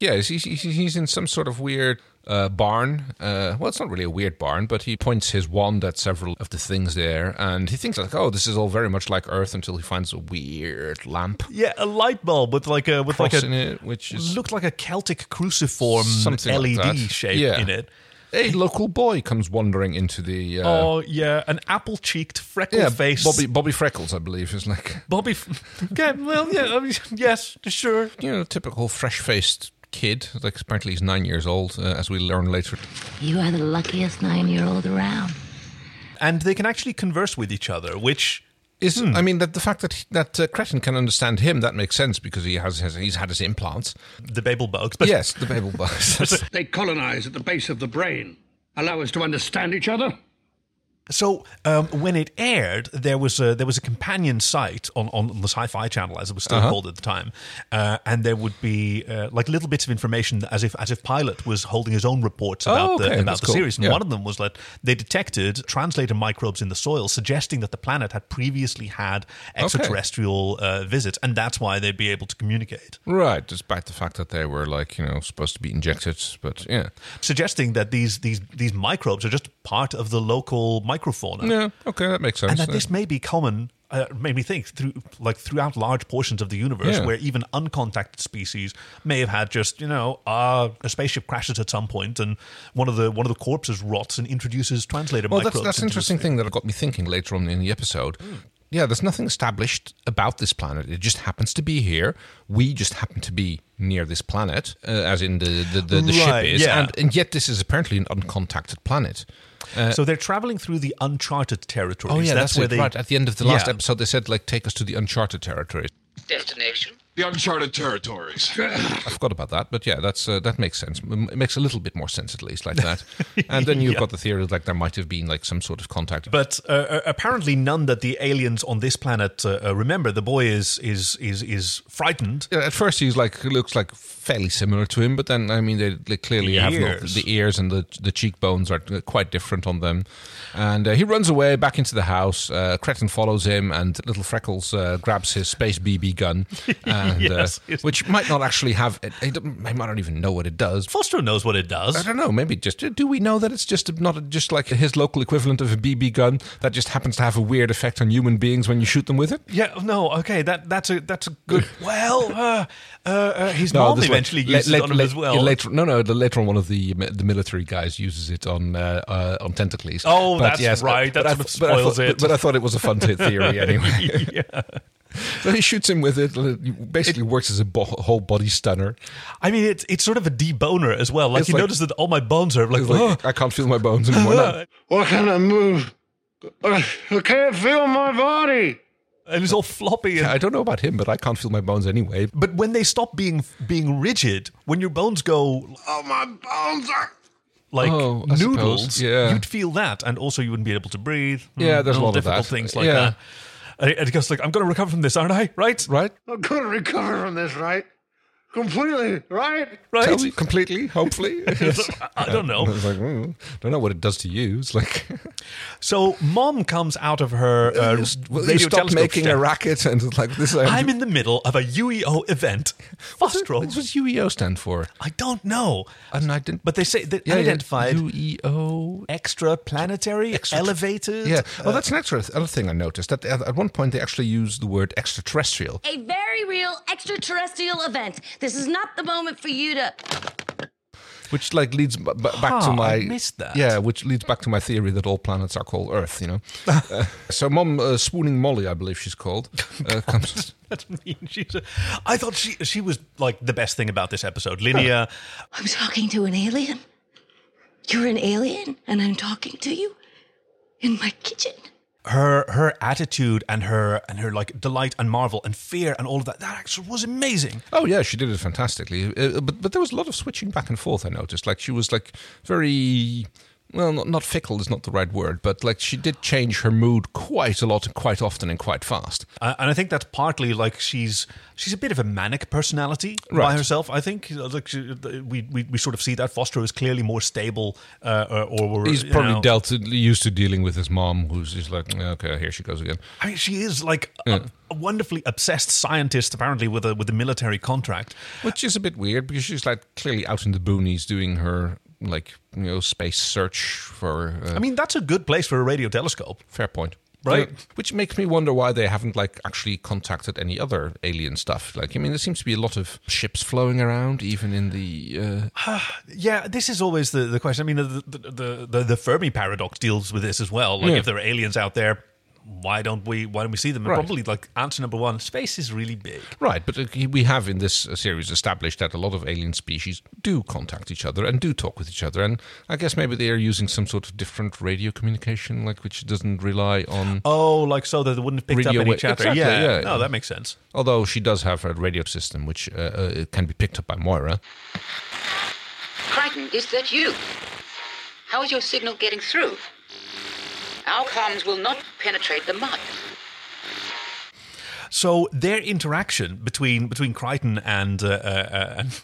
[SPEAKER 1] yeah, he's, he's, he's in some sort of weird. Uh, barn. Uh, well, it's not really a weird barn, but he points his wand at several of the things there, and he thinks like, "Oh, this is all very much like Earth." Until he finds a weird lamp,
[SPEAKER 2] Yeah, a light bulb with like a with
[SPEAKER 1] cross
[SPEAKER 2] like a
[SPEAKER 1] in it, which is
[SPEAKER 2] looked like a Celtic cruciform
[SPEAKER 1] Something like that.
[SPEAKER 2] LED shape
[SPEAKER 1] Yeah.
[SPEAKER 2] in it.
[SPEAKER 1] a local boy comes wandering into the. Uh,
[SPEAKER 2] oh yeah, an apple-cheeked,
[SPEAKER 1] Yeah,
[SPEAKER 2] freckle-faced
[SPEAKER 1] Bobby Bobby Freckles, I believe, is like
[SPEAKER 2] Bobby. F- <laughs> okay, well, yeah, I mean, <laughs> yes, sure.
[SPEAKER 1] <laughs> you know typical fresh faced kid. Like apparently he's nine years old, uh, as we learn later.
[SPEAKER 8] You are the luckiest nine year old around.
[SPEAKER 2] And they can actually converse with each other, which
[SPEAKER 1] Is I mean that the fact that he- that uh, Cretin can understand him that makes sense because he has, has he's had his <laughs> implants.
[SPEAKER 2] the Babel bugs. But
[SPEAKER 1] Yes, the Babel <laughs> bugs.
[SPEAKER 7] They colonize at the base of the brain, allow us to understand each other.
[SPEAKER 2] So um, when it aired, there was a, there was a companion site on, on the Sci-Fi Channel, as it was still
[SPEAKER 1] Uh-huh.
[SPEAKER 2] called at the time, uh, and there would be uh, like little bits of information as if as if Pilot was holding his own reports about
[SPEAKER 1] Oh, okay,
[SPEAKER 2] the about
[SPEAKER 1] that's
[SPEAKER 2] the
[SPEAKER 1] cool.
[SPEAKER 2] series. And
[SPEAKER 1] Yeah.
[SPEAKER 2] one of them was that they detected translator microbes in the soil, suggesting that the planet had previously had extraterrestrial uh, visits, and that's why they'd be able to communicate,
[SPEAKER 1] right, despite the fact that they were like you know supposed to be injected, but yeah,
[SPEAKER 2] suggesting that these these these microbes are just part of the local microfauna.
[SPEAKER 1] yeah, okay, that makes sense.
[SPEAKER 2] and that this may be common uh, made me think through like throughout large portions of the universe
[SPEAKER 1] Yeah.
[SPEAKER 2] where even uncontacted species may have had just you know uh, a spaceship crashes at some point and one of the one of the corpses rots and introduces translator
[SPEAKER 1] Well, that's
[SPEAKER 2] microbes.
[SPEAKER 1] that's an
[SPEAKER 2] into the
[SPEAKER 1] interesting thing that got me thinking later on in the episode. Yeah, there's nothing established about this planet. It just happens to be here. We just happen to be near this planet, uh, as in the the, the, the ship
[SPEAKER 2] Right,
[SPEAKER 1] is,
[SPEAKER 2] yeah.
[SPEAKER 1] and, and yet this is apparently an uncontacted planet.
[SPEAKER 2] so they're traveling through the uncharted territories.
[SPEAKER 1] Oh yeah, that's,
[SPEAKER 2] that's, where
[SPEAKER 1] it.
[SPEAKER 2] they
[SPEAKER 1] right at the end of the last
[SPEAKER 2] Yeah.
[SPEAKER 1] episode they said like take us to the uncharted territories.
[SPEAKER 5] Destination?
[SPEAKER 10] The uncharted territories.
[SPEAKER 1] I forgot about that, but yeah, that's uh, that makes sense. M- It makes a little bit more sense at least like
[SPEAKER 2] <laughs>
[SPEAKER 1] that. and then you've got the theory like there might have been like some sort of contact.
[SPEAKER 2] But uh, uh, apparently, none that the aliens on this planet uh, uh, remember. The boy is is is is frightened.
[SPEAKER 1] Yeah, at first he's like he looks like fairly similar to him, but then I mean they, they clearly have not,
[SPEAKER 2] Ears.
[SPEAKER 1] the ears and the the cheekbones are quite different on them, and uh, he runs away back into the house. Uh, Cretin follows him, and little Freckles uh, grabs his space BB gun, and,
[SPEAKER 2] <laughs> Yes.
[SPEAKER 1] uh, which might not actually have. It, it, I might not even know what it does.
[SPEAKER 2] Foster knows what it
[SPEAKER 1] I
[SPEAKER 2] does.
[SPEAKER 1] don't know. Maybe just do we know that it's just not just like his local equivalent of a BB gun that just happens to have a weird effect on human beings when you shoot them with it?
[SPEAKER 2] Yeah, oh, no, okay, that that's a that's a
[SPEAKER 1] <laughs>
[SPEAKER 2] good. Well, uh, uh, uh, his mom
[SPEAKER 1] this one-
[SPEAKER 2] eventually
[SPEAKER 1] la-
[SPEAKER 2] uses it
[SPEAKER 1] la-
[SPEAKER 2] on him
[SPEAKER 1] la-
[SPEAKER 2] as well.
[SPEAKER 1] yeah,
[SPEAKER 2] <laughs>
[SPEAKER 1] later, no, no, the later on, one of the mi- the military guys uses it on uh, uh, on Tentacles.
[SPEAKER 2] Oh, that's right,
[SPEAKER 1] but
[SPEAKER 2] that
[SPEAKER 1] I
[SPEAKER 2] sort of
[SPEAKER 1] th- but I
[SPEAKER 2] spoils
[SPEAKER 1] thought-
[SPEAKER 2] it.
[SPEAKER 1] But I thought it was a fun t-
[SPEAKER 2] <laughs>
[SPEAKER 1] theory <laughs> anyway.
[SPEAKER 2] yeah.
[SPEAKER 1] so he shoots him with it. It basically works as a bo- whole body stunner.
[SPEAKER 2] I mean, it's it's sort of a deboner as well. Like
[SPEAKER 1] It's
[SPEAKER 2] you
[SPEAKER 1] like-
[SPEAKER 2] notice that all my bones are like,
[SPEAKER 1] It's like,
[SPEAKER 2] "Oh,
[SPEAKER 1] I can't feel my bones
[SPEAKER 2] <laughs>
[SPEAKER 1] anymore. No.
[SPEAKER 6] Why can't I move? I I can't feel my body.
[SPEAKER 2] <gasps> and it's all floppy. And,
[SPEAKER 1] I don't know about him, but I can't feel my bones anyway.
[SPEAKER 2] but when they stop being being rigid, when your bones go
[SPEAKER 10] Oh, my bones are.
[SPEAKER 2] like
[SPEAKER 1] Oh, I suppose,
[SPEAKER 2] noodles,
[SPEAKER 1] yeah.
[SPEAKER 2] you'd feel that, and also you wouldn't be able to breathe.
[SPEAKER 1] Yeah, there's a
[SPEAKER 2] all
[SPEAKER 1] lot of
[SPEAKER 2] difficult
[SPEAKER 1] that.
[SPEAKER 2] things like
[SPEAKER 1] Yeah.
[SPEAKER 2] that. And it- and it goes like, I'm going to recover from this, aren't I? Right,
[SPEAKER 1] Right?
[SPEAKER 6] I'm gonna recover from this, right? Completely, right?
[SPEAKER 2] right.
[SPEAKER 1] Tell me completely,
[SPEAKER 2] <laughs>
[SPEAKER 1] hopefully. <laughs> Yes.
[SPEAKER 2] I- I don't know.
[SPEAKER 1] I was like, mm, don't know what it does to you. It's like, <laughs>
[SPEAKER 2] So mom comes out of her uh,
[SPEAKER 1] will you
[SPEAKER 2] radio
[SPEAKER 1] stop
[SPEAKER 2] telescope
[SPEAKER 1] making
[SPEAKER 2] stand.
[SPEAKER 1] a racket? And it's like, this is
[SPEAKER 2] I'm in the middle of a UEO event.
[SPEAKER 1] <laughs> What
[SPEAKER 2] Fostral.
[SPEAKER 1] does UEO stand for?
[SPEAKER 2] I don't know.
[SPEAKER 1] Unidentified.
[SPEAKER 2] But they say that
[SPEAKER 1] Yeah, E yeah.
[SPEAKER 2] unidentified
[SPEAKER 1] UEO.
[SPEAKER 2] extraplanetary, elevated. <laughs>
[SPEAKER 1] Yeah. Oh, that's an extra other thing I noticed. That at at one point they actually use the word extraterrestrial.
[SPEAKER 4] A very real extraterrestrial event. This is not the moment for you to.
[SPEAKER 1] which like leads b- b- back
[SPEAKER 2] Huh,
[SPEAKER 1] to
[SPEAKER 2] I
[SPEAKER 1] my
[SPEAKER 2] missed that.
[SPEAKER 1] yeah which leads back to my theory that all planets are called earth you know Uh, so mom uh, swooning molly i believe she's called uh, comes
[SPEAKER 2] That's mean. She's a, I thought she she was like the best thing about this episode. Linnea,
[SPEAKER 4] I'm talking to an alien. You're an alien, and I'm talking to you in my kitchen.
[SPEAKER 2] her her attitude and her and her like delight and marvel and fear and all of that that actually was amazing.
[SPEAKER 1] oh yeah she did it fantastically uh, but but there was a lot of switching back and forth i noticed like she was like very well not, not fickle is not the right word but like she did change her mood quite a lot and quite often and quite fast
[SPEAKER 2] Uh, and I think that's partly like she's she's a bit of a manic personality by
[SPEAKER 1] Right.
[SPEAKER 2] herself. I think like she, we, we we sort of see that Foster is clearly more stable, uh, or, or
[SPEAKER 1] he's
[SPEAKER 2] you
[SPEAKER 1] probably
[SPEAKER 2] know-
[SPEAKER 1] dealt used to dealing with his mom who's just like "Mm, okay here she goes again
[SPEAKER 2] I mean, she is like a, a wonderfully obsessed scientist, apparently with a with a military contract.
[SPEAKER 1] Which is a bit weird because she's like clearly out in the boonies doing her like you know space search for. Uh,
[SPEAKER 2] I mean, that's a good place for a radio telescope.
[SPEAKER 1] fair point,
[SPEAKER 2] Right.
[SPEAKER 1] Uh, which makes me wonder why they haven't like actually contacted any other alien stuff. Like, I mean, there seems to be a lot of ships flowing around, even in the. Uh,
[SPEAKER 2] Yeah, this is always the, the question. I mean, the the, the the the Fermi paradox deals with this as well. Like,
[SPEAKER 1] Yeah.
[SPEAKER 2] if there are aliens out there, why don't we why don't we see them? And
[SPEAKER 1] Right.
[SPEAKER 2] probably like answer number one: space is really big.
[SPEAKER 1] right, but uh, we have in this uh, series established that a lot of alien species do contact each other and do talk with each other, and I guess maybe they are using some sort of different radio communication, like which doesn't rely on.
[SPEAKER 2] Oh, like so that they wouldn't have picked
[SPEAKER 1] Radio
[SPEAKER 2] up any
[SPEAKER 1] wa-
[SPEAKER 2] chatter.
[SPEAKER 1] Exactly,
[SPEAKER 2] yeah.
[SPEAKER 1] yeah.
[SPEAKER 2] no, that makes sense.
[SPEAKER 1] Although she does have a radio system which uh, uh, can be picked up by Moira.
[SPEAKER 5] Crichton, is that you? How is your signal getting through? Our comms will not penetrate the mud.
[SPEAKER 2] So their interaction between between Crichton and uh, uh, uh, and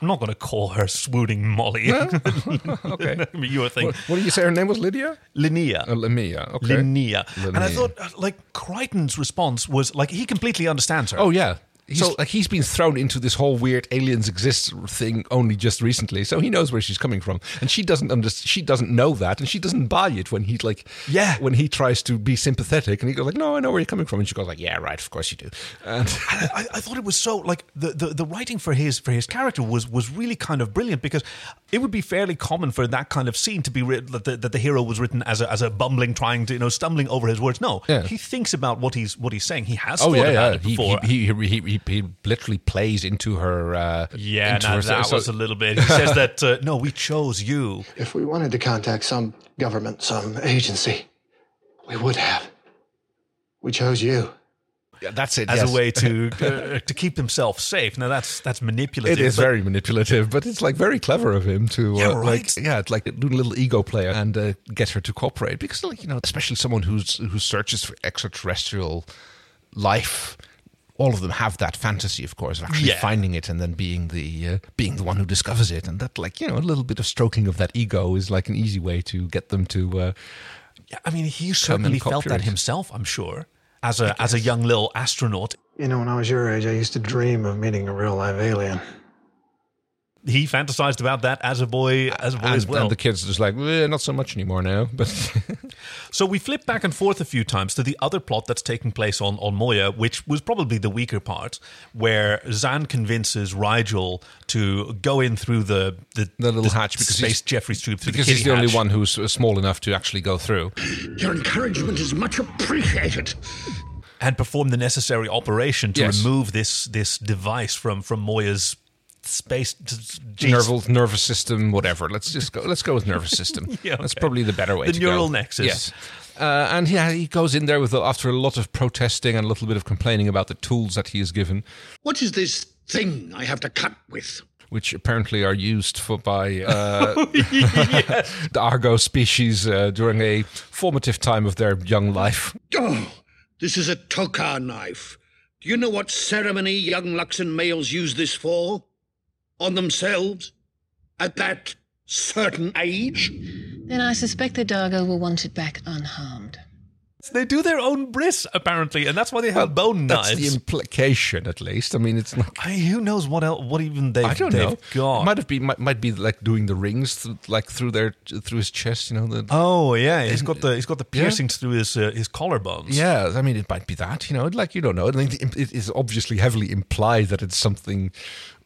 [SPEAKER 2] I'm not going to call her swooning Molly. <laughs>
[SPEAKER 1] <laughs> Okay.
[SPEAKER 2] Your thing,
[SPEAKER 1] What, what did you say her name was Lydia?
[SPEAKER 2] Linnea.
[SPEAKER 1] Uh, Lamia. Okay.
[SPEAKER 2] Linnea. And I
[SPEAKER 1] Linnea.
[SPEAKER 2] thought, uh, like, Crichton's response was like he completely understands her.
[SPEAKER 1] Oh yeah. He's, like he's been thrown into this whole weird aliens exist thing only just recently, so he knows where she's coming from, and she doesn't under, she doesn't know that, and she doesn't buy it when he like
[SPEAKER 2] Yeah.
[SPEAKER 1] when he tries to be sympathetic, and he goes like, "No, I know where you're coming from," and she goes like, "Yeah, right, of course you do." And
[SPEAKER 2] And <laughs> I, I thought it was so like the, the, the writing for his for his character was was really kind of brilliant because it would be fairly common for that kind of scene to be writ that the, that the hero was written as a, as a bumbling trying to you know stumbling over his words. No,
[SPEAKER 1] Yeah.
[SPEAKER 2] he thinks about what he's what he's saying. He has
[SPEAKER 1] Oh
[SPEAKER 2] thought
[SPEAKER 1] yeah,
[SPEAKER 2] about
[SPEAKER 1] yeah.
[SPEAKER 2] it
[SPEAKER 1] He,
[SPEAKER 2] before.
[SPEAKER 1] he, he, he, he, he literally plays into her. Uh,
[SPEAKER 2] yeah,
[SPEAKER 1] into
[SPEAKER 2] no,
[SPEAKER 1] her-
[SPEAKER 2] that
[SPEAKER 1] so-
[SPEAKER 2] was a little bit. He says that uh, no, we chose you.
[SPEAKER 11] If we wanted to contact some government, some agency, we would have. We chose you.
[SPEAKER 1] Yeah, that's it.
[SPEAKER 2] as
[SPEAKER 1] yes.
[SPEAKER 2] a way
[SPEAKER 1] <laughs>
[SPEAKER 2] to uh, to keep himself safe. Now that's that's manipulative.
[SPEAKER 1] It is
[SPEAKER 2] but-
[SPEAKER 1] very manipulative, but it's like very clever of him to uh,
[SPEAKER 2] Yeah,
[SPEAKER 1] like
[SPEAKER 2] right.
[SPEAKER 1] yeah, it's like do a little ego play and uh, get her to cooperate because like you know, especially someone who's who searches for extraterrestrial life. All of them have that fantasy, of course, of actually
[SPEAKER 2] Yeah.
[SPEAKER 1] finding it and then being the uh, being the one who discovers it, and that like you know a little bit of stroking of that ego is like an easy way to get them to uh,
[SPEAKER 2] Yeah, I mean, he
[SPEAKER 1] Come and
[SPEAKER 2] certainly felt
[SPEAKER 1] copulate.
[SPEAKER 2] that himself. I'm sure as a as a young little astronaut.
[SPEAKER 11] You know, when I was your age, I used to dream of meeting a real live alien.
[SPEAKER 2] He fantasized about that as a boy, as a boy
[SPEAKER 1] and,
[SPEAKER 2] as well.
[SPEAKER 1] and the kids are just like "Eh, not so much anymore now, <laughs> but
[SPEAKER 2] so we flip back and forth a few times to the other plot that's taking place on, on Moya, which was probably the weaker part, where Zan convinces Rigel to go in through the the,
[SPEAKER 1] The little hatch because
[SPEAKER 2] space
[SPEAKER 1] he's-
[SPEAKER 2] Jeffrey's tube through
[SPEAKER 1] because
[SPEAKER 2] the
[SPEAKER 1] he's the
[SPEAKER 2] kitty
[SPEAKER 1] only
[SPEAKER 2] hatch.
[SPEAKER 1] one who's uh, small enough to actually go through.
[SPEAKER 7] Your encouragement is much appreciated.
[SPEAKER 2] and perform the necessary operation to
[SPEAKER 1] Yes.
[SPEAKER 2] remove this this device from from Moya's space. Geez.
[SPEAKER 1] Nerval, nervous system, whatever. Let's just go. Let's go with nervous system.
[SPEAKER 2] <laughs> Yeah,
[SPEAKER 1] that's
[SPEAKER 2] okay.
[SPEAKER 1] probably the better way.
[SPEAKER 2] The
[SPEAKER 1] to
[SPEAKER 2] neural
[SPEAKER 1] go.
[SPEAKER 2] nexus.
[SPEAKER 1] Yes. Uh, and yeah, he goes in there with a- after a lot of protesting and a little bit of complaining about the tools that he is given,
[SPEAKER 7] What is this thing I have to cut with?
[SPEAKER 1] which apparently are used for by
[SPEAKER 2] <laughs>
[SPEAKER 1] uh, <laughs> the Argo species uh, during a formative time of their young life.
[SPEAKER 7] Oh, this is a tokar knife. Do you know what ceremony young Luxon males use this for? On themselves? At that certain age?
[SPEAKER 12] Then I suspect the Dargo will want it back unharmed.
[SPEAKER 2] They do their own bris apparently, and that's why they have bone
[SPEAKER 1] That's
[SPEAKER 2] knives.
[SPEAKER 1] the implication, at least. I mean, it's not.
[SPEAKER 2] I, who knows what else, what even they've,
[SPEAKER 1] I don't
[SPEAKER 2] they've
[SPEAKER 1] know.
[SPEAKER 2] got?
[SPEAKER 1] Might have been might, might be like doing the rings th- like through their through his chest. You know the
[SPEAKER 2] oh yeah, he's got the he's got the piercings through his uh, his collarbones.
[SPEAKER 1] Yeah, I mean, it might be that, you know, like, you don't know. I think the- It is obviously heavily implied that it's something,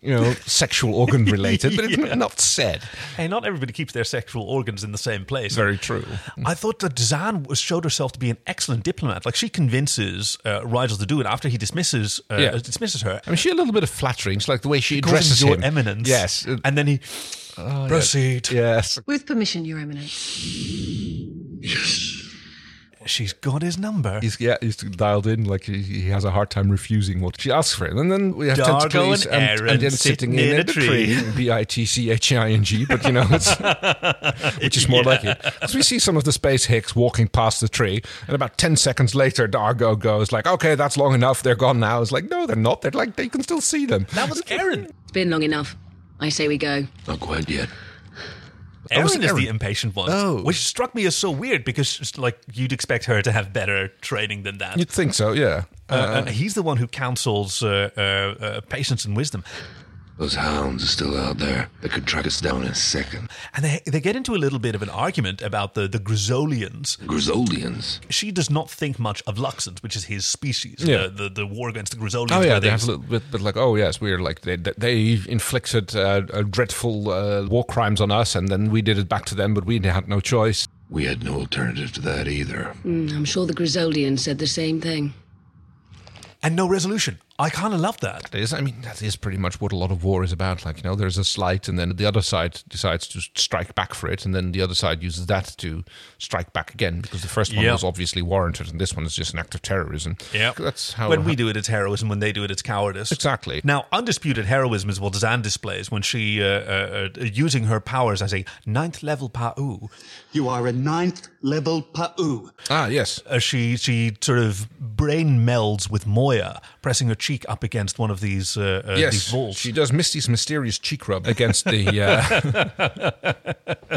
[SPEAKER 1] you
[SPEAKER 2] <laughs>
[SPEAKER 1] know, sexual organ related, but it's
[SPEAKER 2] Yeah.
[SPEAKER 1] not said.
[SPEAKER 2] Hey, not everybody keeps their sexual organs in the same place.
[SPEAKER 1] Very true.
[SPEAKER 2] I thought that Zan was, showed herself to be an excellent diplomat. Like she convinces uh, Rigel to do it after he dismisses uh,
[SPEAKER 1] Yeah.
[SPEAKER 2] dismisses her.
[SPEAKER 1] I mean, she had a little bit of flattering. It's like the way she
[SPEAKER 2] Calls him
[SPEAKER 1] addresses
[SPEAKER 2] your
[SPEAKER 1] him.
[SPEAKER 2] eminence.
[SPEAKER 1] Yes. Oh,
[SPEAKER 2] and then he proceed.
[SPEAKER 1] Yes.
[SPEAKER 12] With permission, Your Eminence.
[SPEAKER 2] She's got his number.
[SPEAKER 1] He's, yeah, he's dialed in. Like he, he has a hard time refusing what she asks for, and then we have
[SPEAKER 2] Dargo
[SPEAKER 1] tentacles
[SPEAKER 2] and Aaron
[SPEAKER 1] then
[SPEAKER 2] sitting in a tree.
[SPEAKER 1] B i t c h i n g. But you know,
[SPEAKER 2] <laughs>
[SPEAKER 1] it's, which is more like it. Because we see some of the space hicks walking past the tree, and about ten seconds later, Dargo goes like, "Okay, that's long enough. They're gone now." It's like, no, they're not. They're like, they can still see them.
[SPEAKER 2] That was
[SPEAKER 1] <laughs>
[SPEAKER 2] Aaron.
[SPEAKER 12] It's been long enough. I say we go.
[SPEAKER 7] Not quite yet.
[SPEAKER 2] Erin
[SPEAKER 1] was
[SPEAKER 2] is
[SPEAKER 1] Erin.
[SPEAKER 2] the impatient one,
[SPEAKER 1] Oh.
[SPEAKER 2] which struck me as so weird because it's like you'd expect her to have better training than that.
[SPEAKER 1] You'd think so, yeah.
[SPEAKER 2] uh, and he's the one who counsels uh, uh, uh, patience and wisdom,
[SPEAKER 10] Those hounds are still out there. They could track us down in a second.
[SPEAKER 2] and they they get into a little bit of an argument about the the Grisolians.
[SPEAKER 10] Grisoldians.
[SPEAKER 2] She does not think much of Luxons, which is his species.
[SPEAKER 1] Yeah.
[SPEAKER 2] The, the the war against the Grisolians.
[SPEAKER 1] Oh yeah,
[SPEAKER 2] where
[SPEAKER 1] they
[SPEAKER 2] they
[SPEAKER 1] have a little bit, bit like, oh yes, we're like they they inflicted uh, uh, dreadful uh, war crimes on us, and then we did it back to them, but we had no choice.
[SPEAKER 10] We had no alternative to that either.
[SPEAKER 12] Mm, I'm sure the Grisoldian said the same thing.
[SPEAKER 2] and no resolution. I kind of love that.
[SPEAKER 1] That is, I mean, that is pretty much what a lot of war is about. Like you know, there's a slight, and then the other side decides to strike back for it, and then the other side uses that to strike back again because the first one
[SPEAKER 2] Yeah.
[SPEAKER 1] was obviously warranted, and this one is just an act of terrorism. that's how
[SPEAKER 2] When we do it, it's heroism. When they do it, it's cowardice.
[SPEAKER 1] exactly.
[SPEAKER 2] Now, undisputed heroism is what Zan displays when she, uh, uh, uh, using her powers as a ninth level Pa'u,
[SPEAKER 13] You are a ninth level Pa'u.
[SPEAKER 1] ah
[SPEAKER 2] <laughs>
[SPEAKER 1] yes,
[SPEAKER 2] uh, she she sort of brain melds with Moya, pressing her cheek up against one of these uh, uh,
[SPEAKER 1] yes,
[SPEAKER 2] these balls.
[SPEAKER 1] she does Misty's mysterious cheek rub against the. Uh,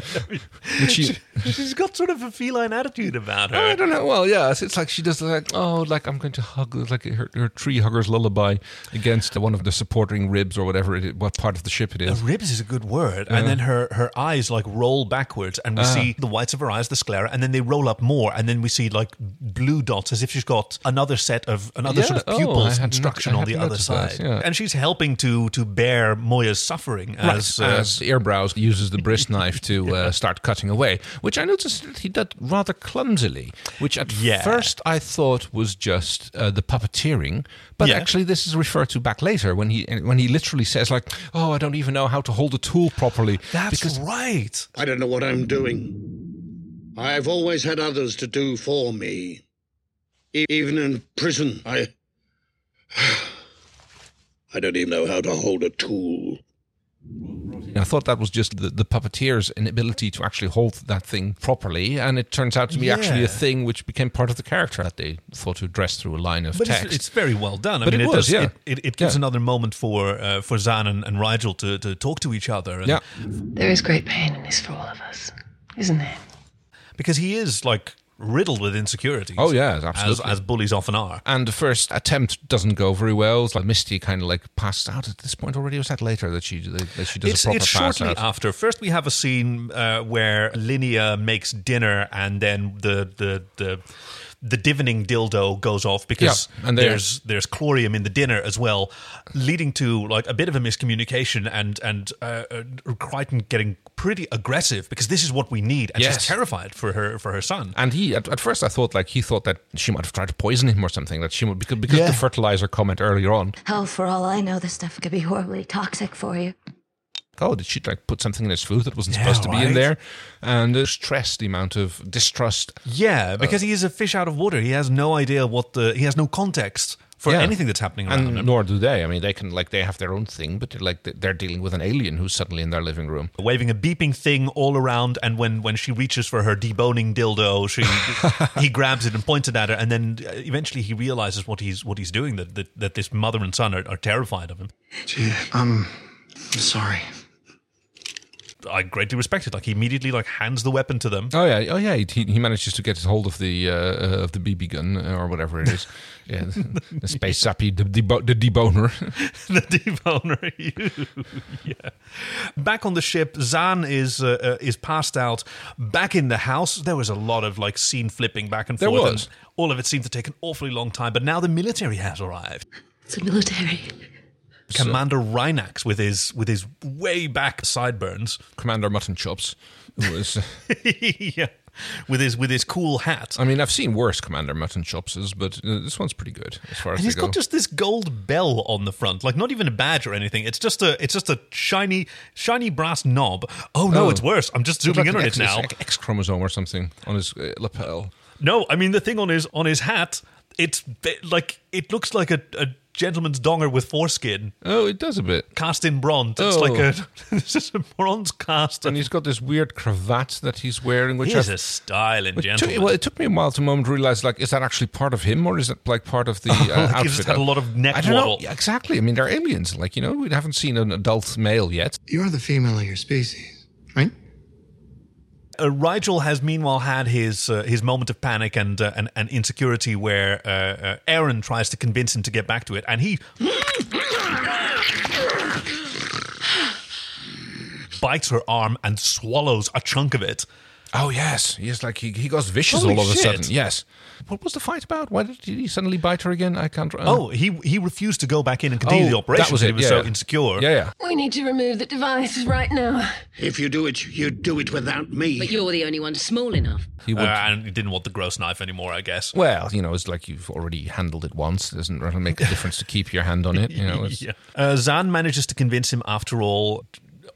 [SPEAKER 1] which she,
[SPEAKER 2] <laughs> She's got sort of a feline attitude about her.
[SPEAKER 1] I don't know. Well, yeah, it's, it's like she does like oh, like I'm going to hug like her, her tree hugger's lullaby against one of the supporting ribs or whatever it is, what part of the <laughs> ship it is.
[SPEAKER 2] Uh, ribs is a good word. And
[SPEAKER 1] Yeah.
[SPEAKER 2] then her, her eyes like roll backwards, and we
[SPEAKER 1] Ah.
[SPEAKER 2] see the whites of her eyes, the sclera, and then they roll up more, and then we see like blue dots as if she's got another set of another
[SPEAKER 1] Yeah,
[SPEAKER 2] sort of
[SPEAKER 1] oh, I
[SPEAKER 2] pupils
[SPEAKER 1] hadn't-
[SPEAKER 2] construction
[SPEAKER 1] I
[SPEAKER 2] on the
[SPEAKER 1] hadn't
[SPEAKER 2] other
[SPEAKER 1] noticed that,
[SPEAKER 2] side.
[SPEAKER 1] yeah.
[SPEAKER 2] And she's helping to to bear Moya's suffering as,
[SPEAKER 1] right,
[SPEAKER 2] uh,
[SPEAKER 1] as Earbrows uses the
[SPEAKER 2] <laughs>
[SPEAKER 1] brist knife to uh, start cutting away, which I noticed that he did rather clumsily, which at
[SPEAKER 2] Yeah.
[SPEAKER 1] first I thought was just uh, the puppeteering, but
[SPEAKER 2] Yeah.
[SPEAKER 1] actually this is referred to back later when he when he literally says like, "Oh, I don't even know how to hold a tool properly."
[SPEAKER 2] That's
[SPEAKER 1] right.
[SPEAKER 7] I don't know what I'm doing. I've always had others to do for me. E- even in prison, I. I don't even know how to hold a tool.
[SPEAKER 1] I thought that was just the, the puppeteer's inability to actually hold that thing properly, and it turns out to be actually
[SPEAKER 2] Yeah.
[SPEAKER 1] a thing which became part of the character that they thought to address through a line of
[SPEAKER 2] but
[SPEAKER 1] text.
[SPEAKER 2] It's, it's very well done. I
[SPEAKER 1] But
[SPEAKER 2] mean,
[SPEAKER 1] it
[SPEAKER 2] it,
[SPEAKER 1] was,
[SPEAKER 2] does,
[SPEAKER 1] yeah.
[SPEAKER 2] it, it, it gives
[SPEAKER 1] Yeah.
[SPEAKER 2] another moment for uh, for Zan and, and Rigel to, to talk to each other. And,
[SPEAKER 1] Yeah.
[SPEAKER 12] There is great pain in this for all of us, isn't there?
[SPEAKER 2] Because he is like riddled with insecurities.
[SPEAKER 1] Oh, yeah,
[SPEAKER 2] as-
[SPEAKER 1] absolutely.
[SPEAKER 2] as bullies often are.
[SPEAKER 1] And the first attempt doesn't go very well. It's like Misty kind of like passed out at this point already. Or Was that later that she that she does
[SPEAKER 2] it's,
[SPEAKER 1] a proper
[SPEAKER 2] it's
[SPEAKER 1] pass
[SPEAKER 2] shortly
[SPEAKER 1] out?
[SPEAKER 2] after. First, we have a scene uh, where Linnea makes dinner, and then the the the. The divining dildo goes off because
[SPEAKER 1] Yeah, and there-
[SPEAKER 2] there's there's chlorium in the dinner as well, leading to like a bit of a miscommunication and and uh, uh, Crichton getting pretty aggressive because this is what we need and she's
[SPEAKER 1] Yes.
[SPEAKER 2] terrified for her for her son.
[SPEAKER 1] And he at, at first I thought like he thought that she might have tried to poison him or something. That she would because because
[SPEAKER 2] Yeah.
[SPEAKER 1] the fertilizer comment earlier on.
[SPEAKER 4] Hell, Oh, for all I know, this stuff could be horribly toxic for you.
[SPEAKER 1] Oh, did she like put something in his food that wasn't
[SPEAKER 2] Yeah,
[SPEAKER 1] supposed to be in
[SPEAKER 2] right.
[SPEAKER 1] there? And uh, stress the amount of distrust.
[SPEAKER 2] Yeah, because
[SPEAKER 1] uh,
[SPEAKER 2] he is a fish out of water. He has no idea what the he has no context for
[SPEAKER 1] Yeah.
[SPEAKER 2] anything that's happening around
[SPEAKER 1] And
[SPEAKER 2] him.
[SPEAKER 1] nor do they. I mean, they can like they have their own thing, but they're, like they- they're dealing with an alien who's suddenly in their living room.
[SPEAKER 2] waving a beeping thing all around and when, when she reaches for her deboning dildo she
[SPEAKER 1] <laughs>
[SPEAKER 2] he grabs it and points it at her and then uh, eventually he realizes what he's what he's doing that that, that this mother and son are, are terrified of him
[SPEAKER 11] Gee, I'm um, I'm sorry.
[SPEAKER 2] i greatly respect it like he immediately like hands the weapon to them <laughs>
[SPEAKER 1] Oh yeah, oh yeah. He, he manages to get hold of the uh, uh, of the BB gun uh, or whatever it
[SPEAKER 2] <laughs>
[SPEAKER 1] is. Yeah, the, the space sappy, the, debo- the deboner. <laughs>
[SPEAKER 2] the deboner <laughs> you yeah back on the ship zan is uh, uh, is passed out back in the house there was a lot of like scene flipping back and
[SPEAKER 1] There
[SPEAKER 2] forth
[SPEAKER 1] was.
[SPEAKER 2] and all of it seemed to take an awfully long time but now the military has arrived
[SPEAKER 4] It's the military.
[SPEAKER 2] Commander Rhinax with his with his way
[SPEAKER 1] <laughs>
[SPEAKER 2] back sideburns.
[SPEAKER 1] Commander Mutton Chops. who Was,
[SPEAKER 2] yeah. With his with his cool hat.
[SPEAKER 1] I mean, I've seen worse Commander Mutton Chopses, but uh, this one's pretty good as far as
[SPEAKER 2] And
[SPEAKER 1] they
[SPEAKER 2] he's
[SPEAKER 1] go.
[SPEAKER 2] got just this gold bell on the front, like not even a badge or anything. It's just a it's just a shiny shiny brass knob. Oh no,
[SPEAKER 1] Oh.
[SPEAKER 2] it's worse. I'm just
[SPEAKER 1] Looks
[SPEAKER 2] zooming
[SPEAKER 1] like an
[SPEAKER 2] in on
[SPEAKER 1] X-
[SPEAKER 2] it now.
[SPEAKER 1] it's an X chromosome or something on his uh, lapel.
[SPEAKER 2] No, I mean the thing on his on his hat. It's ba- like it looks like a, a gentleman's donger with foreskin
[SPEAKER 1] Oh, it does a bit.
[SPEAKER 2] cast in bronze. It's
[SPEAKER 1] Oh.
[SPEAKER 2] like a <laughs> this is a bronze cast.
[SPEAKER 1] And he's got this weird cravat that he's wearing, which
[SPEAKER 2] He
[SPEAKER 1] I've
[SPEAKER 2] is a styling
[SPEAKER 1] It
[SPEAKER 2] gentleman.
[SPEAKER 1] took, well, it took me a while to moment realize like, is that actually part of him or is it like part
[SPEAKER 2] <laughs>
[SPEAKER 1] of the uh,
[SPEAKER 2] like,
[SPEAKER 1] outfit?
[SPEAKER 2] he's just had a lot of neck
[SPEAKER 1] I don't know.
[SPEAKER 2] wobble.
[SPEAKER 1] Yeah, exactly. I mean, they're aliens. Like you know, we haven't seen an adult male yet.
[SPEAKER 11] You're the female of your species, right?
[SPEAKER 2] Uh, Rigel has meanwhile had his uh, his moment of panic and uh, and, and insecurity where uh, uh, Aaron tries to convince him to get back to it, and he bites her arm and swallows a chunk of it.
[SPEAKER 1] Oh yes, yes. Like he, he goes vicious
[SPEAKER 2] Holy
[SPEAKER 1] all of a
[SPEAKER 2] shit.
[SPEAKER 1] sudden. Yes. What was the fight about? Why did he suddenly bite her again? I can't. remember.
[SPEAKER 2] Oh, he he refused to go back in and continue
[SPEAKER 1] Oh,
[SPEAKER 2] the operation.
[SPEAKER 1] that was
[SPEAKER 2] because
[SPEAKER 1] it,
[SPEAKER 2] He was
[SPEAKER 1] yeah,
[SPEAKER 2] so
[SPEAKER 1] yeah.
[SPEAKER 2] insecure.
[SPEAKER 1] Yeah, yeah.
[SPEAKER 12] We need to remove the device right now.
[SPEAKER 7] If you do it, you do it without
[SPEAKER 12] But
[SPEAKER 7] me.
[SPEAKER 12] you're the only one small enough.
[SPEAKER 1] He
[SPEAKER 2] Uh,
[SPEAKER 1] would.
[SPEAKER 2] and he didn't want the gross knife anymore, I guess.
[SPEAKER 1] well, you know, it's like you've already handled it once. It doesn't really
[SPEAKER 2] <laughs>
[SPEAKER 1] make a difference to keep your hand on it. You know, it's,
[SPEAKER 2] Yeah. Uh, Zan manages to convince him after all,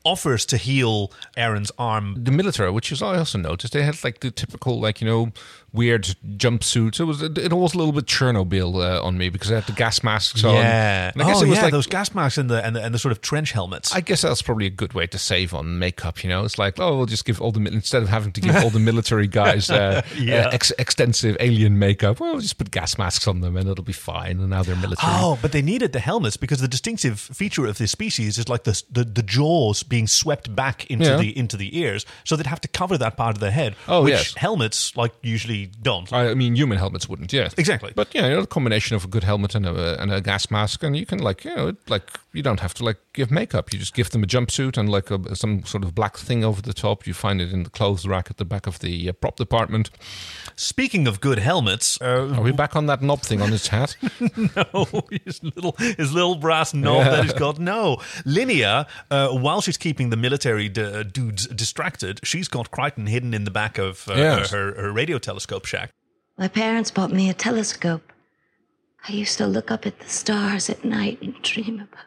[SPEAKER 2] offers to heal Aaron's arm
[SPEAKER 1] the military, which is I also noticed, they had like the typical like you know weird jumpsuits. It was it was a little bit Chernobyl uh, on me because I had the gas masks on.
[SPEAKER 2] Yeah.
[SPEAKER 1] And I guess
[SPEAKER 2] oh,
[SPEAKER 1] it was
[SPEAKER 2] yeah,
[SPEAKER 1] like
[SPEAKER 2] those gas masks and the, and the and the sort of trench helmets.
[SPEAKER 1] I guess that's probably a good way to save on makeup. You know, it's like, oh, we'll just give all the mil- instead of having to give all
[SPEAKER 2] <laughs>
[SPEAKER 1] the military guys uh,
[SPEAKER 2] Yeah.
[SPEAKER 1] uh, ex- extensive alien makeup. Well, we'll just put gas masks on them, and it'll be fine. And now they're military.
[SPEAKER 2] Oh, but they needed the helmets because the distinctive feature of this species is like the the, the jaws being swept back into
[SPEAKER 1] Yeah.
[SPEAKER 2] the into the ears, so they'd have to cover that part of their head,
[SPEAKER 1] Oh,
[SPEAKER 2] which
[SPEAKER 1] yes.
[SPEAKER 2] helmets like usually don't.
[SPEAKER 1] I I mean, human helmets wouldn't, yeah,
[SPEAKER 2] Exactly.
[SPEAKER 1] But yeah, you know, a combination of a good helmet and a and a gas mask, and you can like, you know, like you don't have to like give makeup. You just give them a jumpsuit and like a, some sort of black thing over the top. You find it in the clothes rack at the back of the uh, prop department.
[SPEAKER 2] Speaking of good helmets, uh,
[SPEAKER 1] are we back on that knob thing on his <laughs> hat?
[SPEAKER 2] <laughs> no, his little his little brass knob
[SPEAKER 1] Yeah.
[SPEAKER 2] that he's got. No, Linnea, uh, while she's keeping the military d- uh, dudes distracted, she's got Crichton hidden in the back of uh,
[SPEAKER 1] Yes.
[SPEAKER 2] her, her radio telescope shack.
[SPEAKER 4] My parents bought me a telescope. I used to look up at the stars at night and dream about.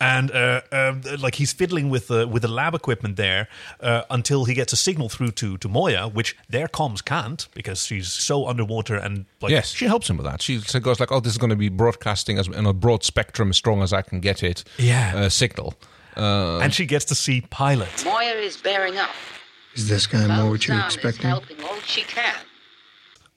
[SPEAKER 2] and uh, um, like he's fiddling with the with the lab equipment there uh, until he gets a signal through to to Moya, which their comms can't because she's so underwater and like
[SPEAKER 1] yes, she helps him with that. She she goes like, "Oh, this is going to be broadcasting as in a broad spectrum, as strong as I can get it."
[SPEAKER 2] Yeah.
[SPEAKER 1] uh, signal. Uh,
[SPEAKER 2] and she gets to see pilot.
[SPEAKER 5] Moya is bearing up.
[SPEAKER 11] Is this guy more what you
[SPEAKER 5] Sam is
[SPEAKER 11] expecting?
[SPEAKER 5] helping all she can.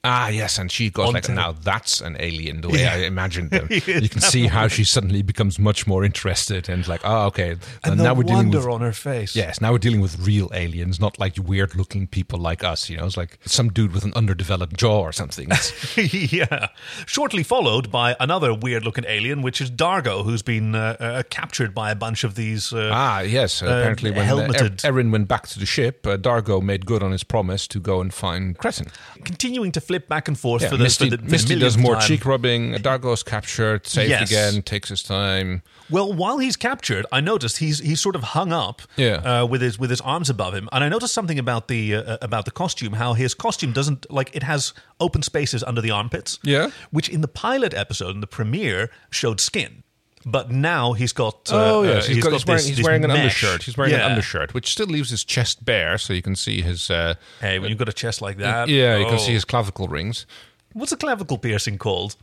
[SPEAKER 1] Ah, yes, and she goes like,
[SPEAKER 2] Onto-
[SPEAKER 1] now that's an alien, the way
[SPEAKER 2] Yeah.
[SPEAKER 1] I
[SPEAKER 2] <laughs>
[SPEAKER 1] imagined them.
[SPEAKER 2] Yes,
[SPEAKER 1] you can see how
[SPEAKER 2] absolutely.
[SPEAKER 1] she suddenly becomes much more interested and like, oh, okay,
[SPEAKER 2] and the
[SPEAKER 1] now we're dealing
[SPEAKER 2] wonder
[SPEAKER 1] with.
[SPEAKER 2] on her face.
[SPEAKER 1] Yes, now we're dealing with real aliens, not like weird-looking people like us. You know, it's like some dude with an underdeveloped jaw or
[SPEAKER 2] <laughs>
[SPEAKER 1] something. <laughs> It's-
[SPEAKER 2] <laughs> yeah. Shortly followed by another weird-looking alien, which is Dargo, who's been uh, uh, captured by a bunch of these. Uh,
[SPEAKER 1] ah, yes.
[SPEAKER 2] uh,
[SPEAKER 1] apparently, when uh,
[SPEAKER 2] helmeted.
[SPEAKER 1] Er- Erin went back to the ship, uh, Dargo made good on his promise to go and find Crescent.
[SPEAKER 2] continuing to flip back and forth
[SPEAKER 1] Yeah,
[SPEAKER 2] for the
[SPEAKER 1] Misty,
[SPEAKER 2] for the, for the
[SPEAKER 1] Misty does
[SPEAKER 2] millionth
[SPEAKER 1] more
[SPEAKER 2] time.
[SPEAKER 1] cheek rubbing. Dargo's captured, saved
[SPEAKER 2] Yes.
[SPEAKER 1] again, takes his time.
[SPEAKER 2] Well, while he's captured, I noticed he's he's sort of hung up,
[SPEAKER 1] Yeah.
[SPEAKER 2] uh, with his with his arms above him, and I noticed something about the uh, about the costume. How his costume doesn't like it has open spaces under the armpits,
[SPEAKER 1] Yeah.
[SPEAKER 2] which in the pilot episode in the premiere showed skin, but now he's got uh,
[SPEAKER 1] Oh
[SPEAKER 2] uh,
[SPEAKER 1] yes, he's, got, he's wearing,
[SPEAKER 2] this-
[SPEAKER 1] he's
[SPEAKER 2] this
[SPEAKER 1] wearing an
[SPEAKER 2] mesh.
[SPEAKER 1] undershirt. He's wearing
[SPEAKER 2] Yeah.
[SPEAKER 1] an undershirt, which still leaves his chest bare, so you can see his. Uh,
[SPEAKER 2] Hey, when you've got a chest like that,
[SPEAKER 1] yeah, you
[SPEAKER 2] oh.
[SPEAKER 1] can see his clavicle rings.
[SPEAKER 2] What's a clavicle piercing called?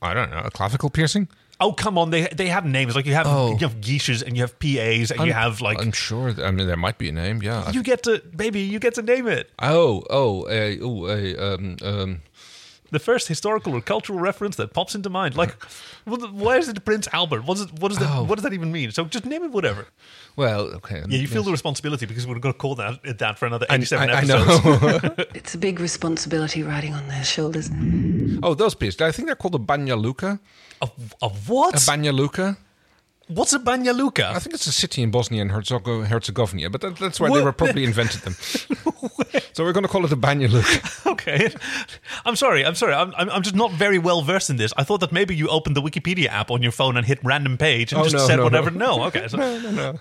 [SPEAKER 1] I don't know a clavicle piercing.
[SPEAKER 2] Oh come on, they they have names like you have
[SPEAKER 1] Oh.
[SPEAKER 2] you have geishes and you have PAs and you
[SPEAKER 1] I'm-
[SPEAKER 2] have like
[SPEAKER 1] I'm sure. th- I mean, there might be a name. Yeah. I-
[SPEAKER 2] you get to baby you get to name it.
[SPEAKER 1] oh, oh, uh, oh, uh, um, um,
[SPEAKER 2] the first historical or cultural reference that pops into mind. Like, what- why is it Prince Albert? What's it, what, is that,
[SPEAKER 1] Oh.
[SPEAKER 2] what does that even mean? So just name it whatever.
[SPEAKER 1] well, okay.
[SPEAKER 2] Yeah, you feel
[SPEAKER 1] yes.
[SPEAKER 2] the responsibility because we're going to call that it that for another
[SPEAKER 1] I-
[SPEAKER 2] 87
[SPEAKER 1] I- I
[SPEAKER 2] episodes. <laughs>
[SPEAKER 1] know.
[SPEAKER 12] It's a big responsibility riding on their shoulders.
[SPEAKER 1] oh, those pieces. I think they're called a banja luka.
[SPEAKER 2] a, a
[SPEAKER 1] A
[SPEAKER 2] what?
[SPEAKER 1] banja luka.
[SPEAKER 2] What's a Banja
[SPEAKER 1] I
[SPEAKER 2] Luka?
[SPEAKER 1] think it's a city in Bosnia and Herzegovina, Herzegovina but that, that's where they
[SPEAKER 2] What?
[SPEAKER 1] were probably invented
[SPEAKER 2] <laughs>
[SPEAKER 1] them. so we're going to call it a banja luka.
[SPEAKER 2] <laughs> Okay. I'm sorry. I'm sorry. I'm, I'm I'm just not very well versed in this. I thought that maybe you opened the Wikipedia app on your phone and hit random page and
[SPEAKER 1] Oh,
[SPEAKER 2] just
[SPEAKER 1] no,
[SPEAKER 2] said
[SPEAKER 1] no,
[SPEAKER 2] whatever.
[SPEAKER 1] no.
[SPEAKER 2] No. Okay. So, <laughs>
[SPEAKER 1] no, no, no.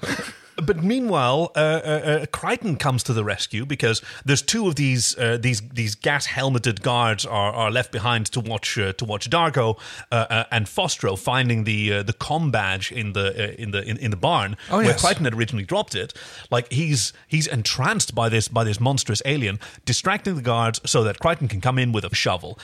[SPEAKER 2] But meanwhile, uh, uh, uh, Crichton comes to the rescue because there's two of these uh, these these gas helmeted guards are, are left behind to watch uh, to watch Dargo uh, uh, and Fostro finding the uh, the com badge in the uh, in the in, in the barn
[SPEAKER 1] Oh,
[SPEAKER 2] where
[SPEAKER 1] yes.
[SPEAKER 2] Crichton had originally dropped it. Like he's he's entranced by this by this monstrous alien, distracting the guards so that Crichton can come in with a shovel.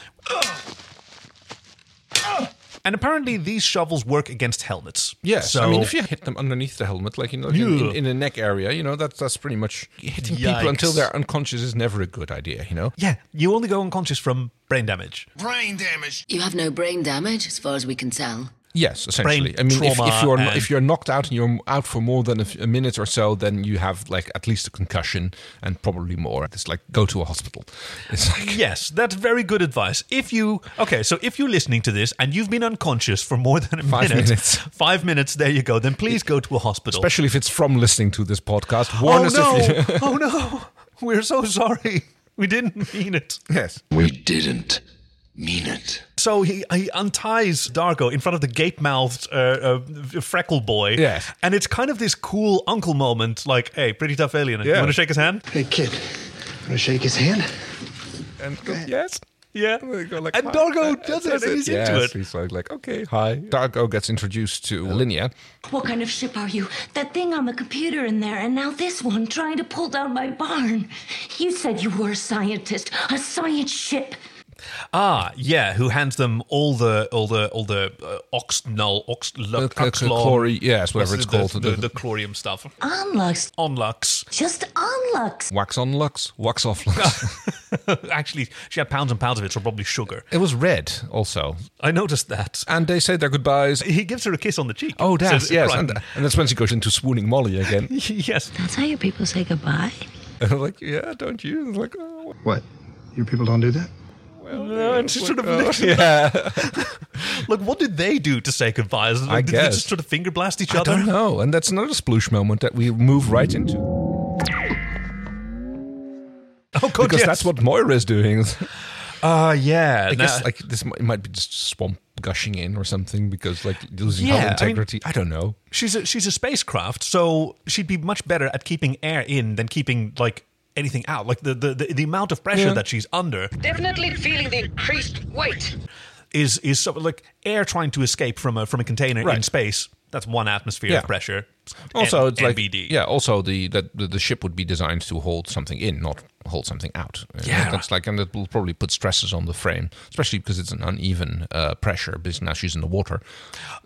[SPEAKER 2] And apparently, these shovels work against helmets.
[SPEAKER 1] Yes,
[SPEAKER 2] so
[SPEAKER 1] I mean if you hit them underneath the helmet, like you know, in, in,
[SPEAKER 2] Yeah.
[SPEAKER 1] in the neck area, you know that's that's pretty much hitting people until
[SPEAKER 2] Yikes.
[SPEAKER 1] they're unconscious is never a good idea, you know.
[SPEAKER 2] yeah, you only go unconscious from brain damage.
[SPEAKER 6] Brain damage.
[SPEAKER 8] You have no brain damage, as far as we can tell.
[SPEAKER 1] Yes, essentially.
[SPEAKER 2] Brain
[SPEAKER 1] I mean, if,
[SPEAKER 2] trauma
[SPEAKER 1] if you're
[SPEAKER 2] and-
[SPEAKER 1] if you're knocked out and you're out for more than a, f- a minute or so, then you have like at least a concussion and probably more. It's like go to a hospital. It's like
[SPEAKER 2] Yes, that's very good advice. If you okay, so if you're listening to this and you've been unconscious for more than a
[SPEAKER 1] Five
[SPEAKER 2] minute,
[SPEAKER 1] minutes.
[SPEAKER 2] five minutes, there you go. Then please go to a hospital.
[SPEAKER 1] especially if it's from listening to this podcast. Warn
[SPEAKER 2] oh
[SPEAKER 1] us
[SPEAKER 2] no!
[SPEAKER 1] if you. <laughs>
[SPEAKER 2] oh no! We're so sorry. We didn't mean it.
[SPEAKER 1] yes.
[SPEAKER 10] We didn't mean it.
[SPEAKER 2] So he, he unties Dargo in front of the gape mouthed uh, uh, freckle boy.
[SPEAKER 1] Yes.
[SPEAKER 2] And it's kind of this cool uncle moment like, hey, pretty tough alien. You
[SPEAKER 1] Yeah.
[SPEAKER 2] want to shake his hand?
[SPEAKER 11] Hey, kid. Wanna shake his hand?
[SPEAKER 1] And, yes.
[SPEAKER 2] Yeah. and Dargo
[SPEAKER 1] <laughs>
[SPEAKER 2] does it. and He's into it.
[SPEAKER 1] He's like, like, okay, hi. Dargo gets introduced to Linnea.
[SPEAKER 4] What kind of ship are you? That thing on the computer in there, and now this one trying to pull down my barn. You said you were a scientist, a science ship.
[SPEAKER 2] Ah, yeah. Who hands them all the all the all the uh, ox null ox
[SPEAKER 1] Uh,
[SPEAKER 2] lux
[SPEAKER 1] c- c- chlori- yes, whatever it's called.
[SPEAKER 2] The, the, the chlorium stuff.
[SPEAKER 4] Onlux.
[SPEAKER 2] Onlux. <laughs>
[SPEAKER 4] Just onlux.
[SPEAKER 1] Wax on Lux, wax off Lux.
[SPEAKER 2] Actually, she had pounds and pounds of it, so probably sugar.
[SPEAKER 1] it was red also.
[SPEAKER 2] I noticed that.
[SPEAKER 1] And they say their goodbyes.
[SPEAKER 2] He gives her a kiss on the cheek.
[SPEAKER 1] Oh, that's,
[SPEAKER 2] Says,
[SPEAKER 1] yes.
[SPEAKER 2] "Right."
[SPEAKER 1] And, and that's when she goes into swooning Molly again.
[SPEAKER 2] <laughs> yes.
[SPEAKER 4] That's how your people say goodbye.
[SPEAKER 1] And I'm like, yeah, don't you? And like, oh,
[SPEAKER 14] What? Your people don't do that?
[SPEAKER 2] No, and she sort
[SPEAKER 1] <laughs>
[SPEAKER 2] of
[SPEAKER 1] oh,
[SPEAKER 2] looks-
[SPEAKER 1] yeah.
[SPEAKER 2] like, what did they do to say goodbye? Is-
[SPEAKER 1] I
[SPEAKER 2] did they
[SPEAKER 1] guess.
[SPEAKER 2] just sort of finger blast each
[SPEAKER 1] I
[SPEAKER 2] other?
[SPEAKER 1] don't know. And that's another sploosh moment that we move right into.
[SPEAKER 2] <laughs> Oh, God,
[SPEAKER 1] because
[SPEAKER 2] yes.
[SPEAKER 1] that's what Moira is doing. <laughs>
[SPEAKER 2] Ah, yeah.
[SPEAKER 1] I guess
[SPEAKER 2] now-
[SPEAKER 1] like this mi- it might be just swamp gushing in or something because like losing
[SPEAKER 2] Yeah, I
[SPEAKER 1] hull
[SPEAKER 2] mean-
[SPEAKER 1] integrity. I, don't know.
[SPEAKER 2] She's a, she's a spacecraft, so she'd be much better at keeping air in than keeping like anything out. Like the the, the, the amount of pressure
[SPEAKER 1] Yeah.
[SPEAKER 2] that she's under
[SPEAKER 5] Definitely feeling the increased weight.
[SPEAKER 2] is is so, like air trying to escape from a from a container in
[SPEAKER 1] Right.
[SPEAKER 2] space. That's one atmosphere
[SPEAKER 1] Yeah.
[SPEAKER 2] of pressure.
[SPEAKER 1] Also,
[SPEAKER 2] M-
[SPEAKER 1] it's like
[SPEAKER 2] MBD.
[SPEAKER 1] yeah. Also, the that the, the ship would be designed to hold something in, not hold something out. Uh,
[SPEAKER 2] Yeah.
[SPEAKER 1] that's like, and that will probably put stresses on the frame, especially because it's an uneven uh, pressure. Because now she's in the water.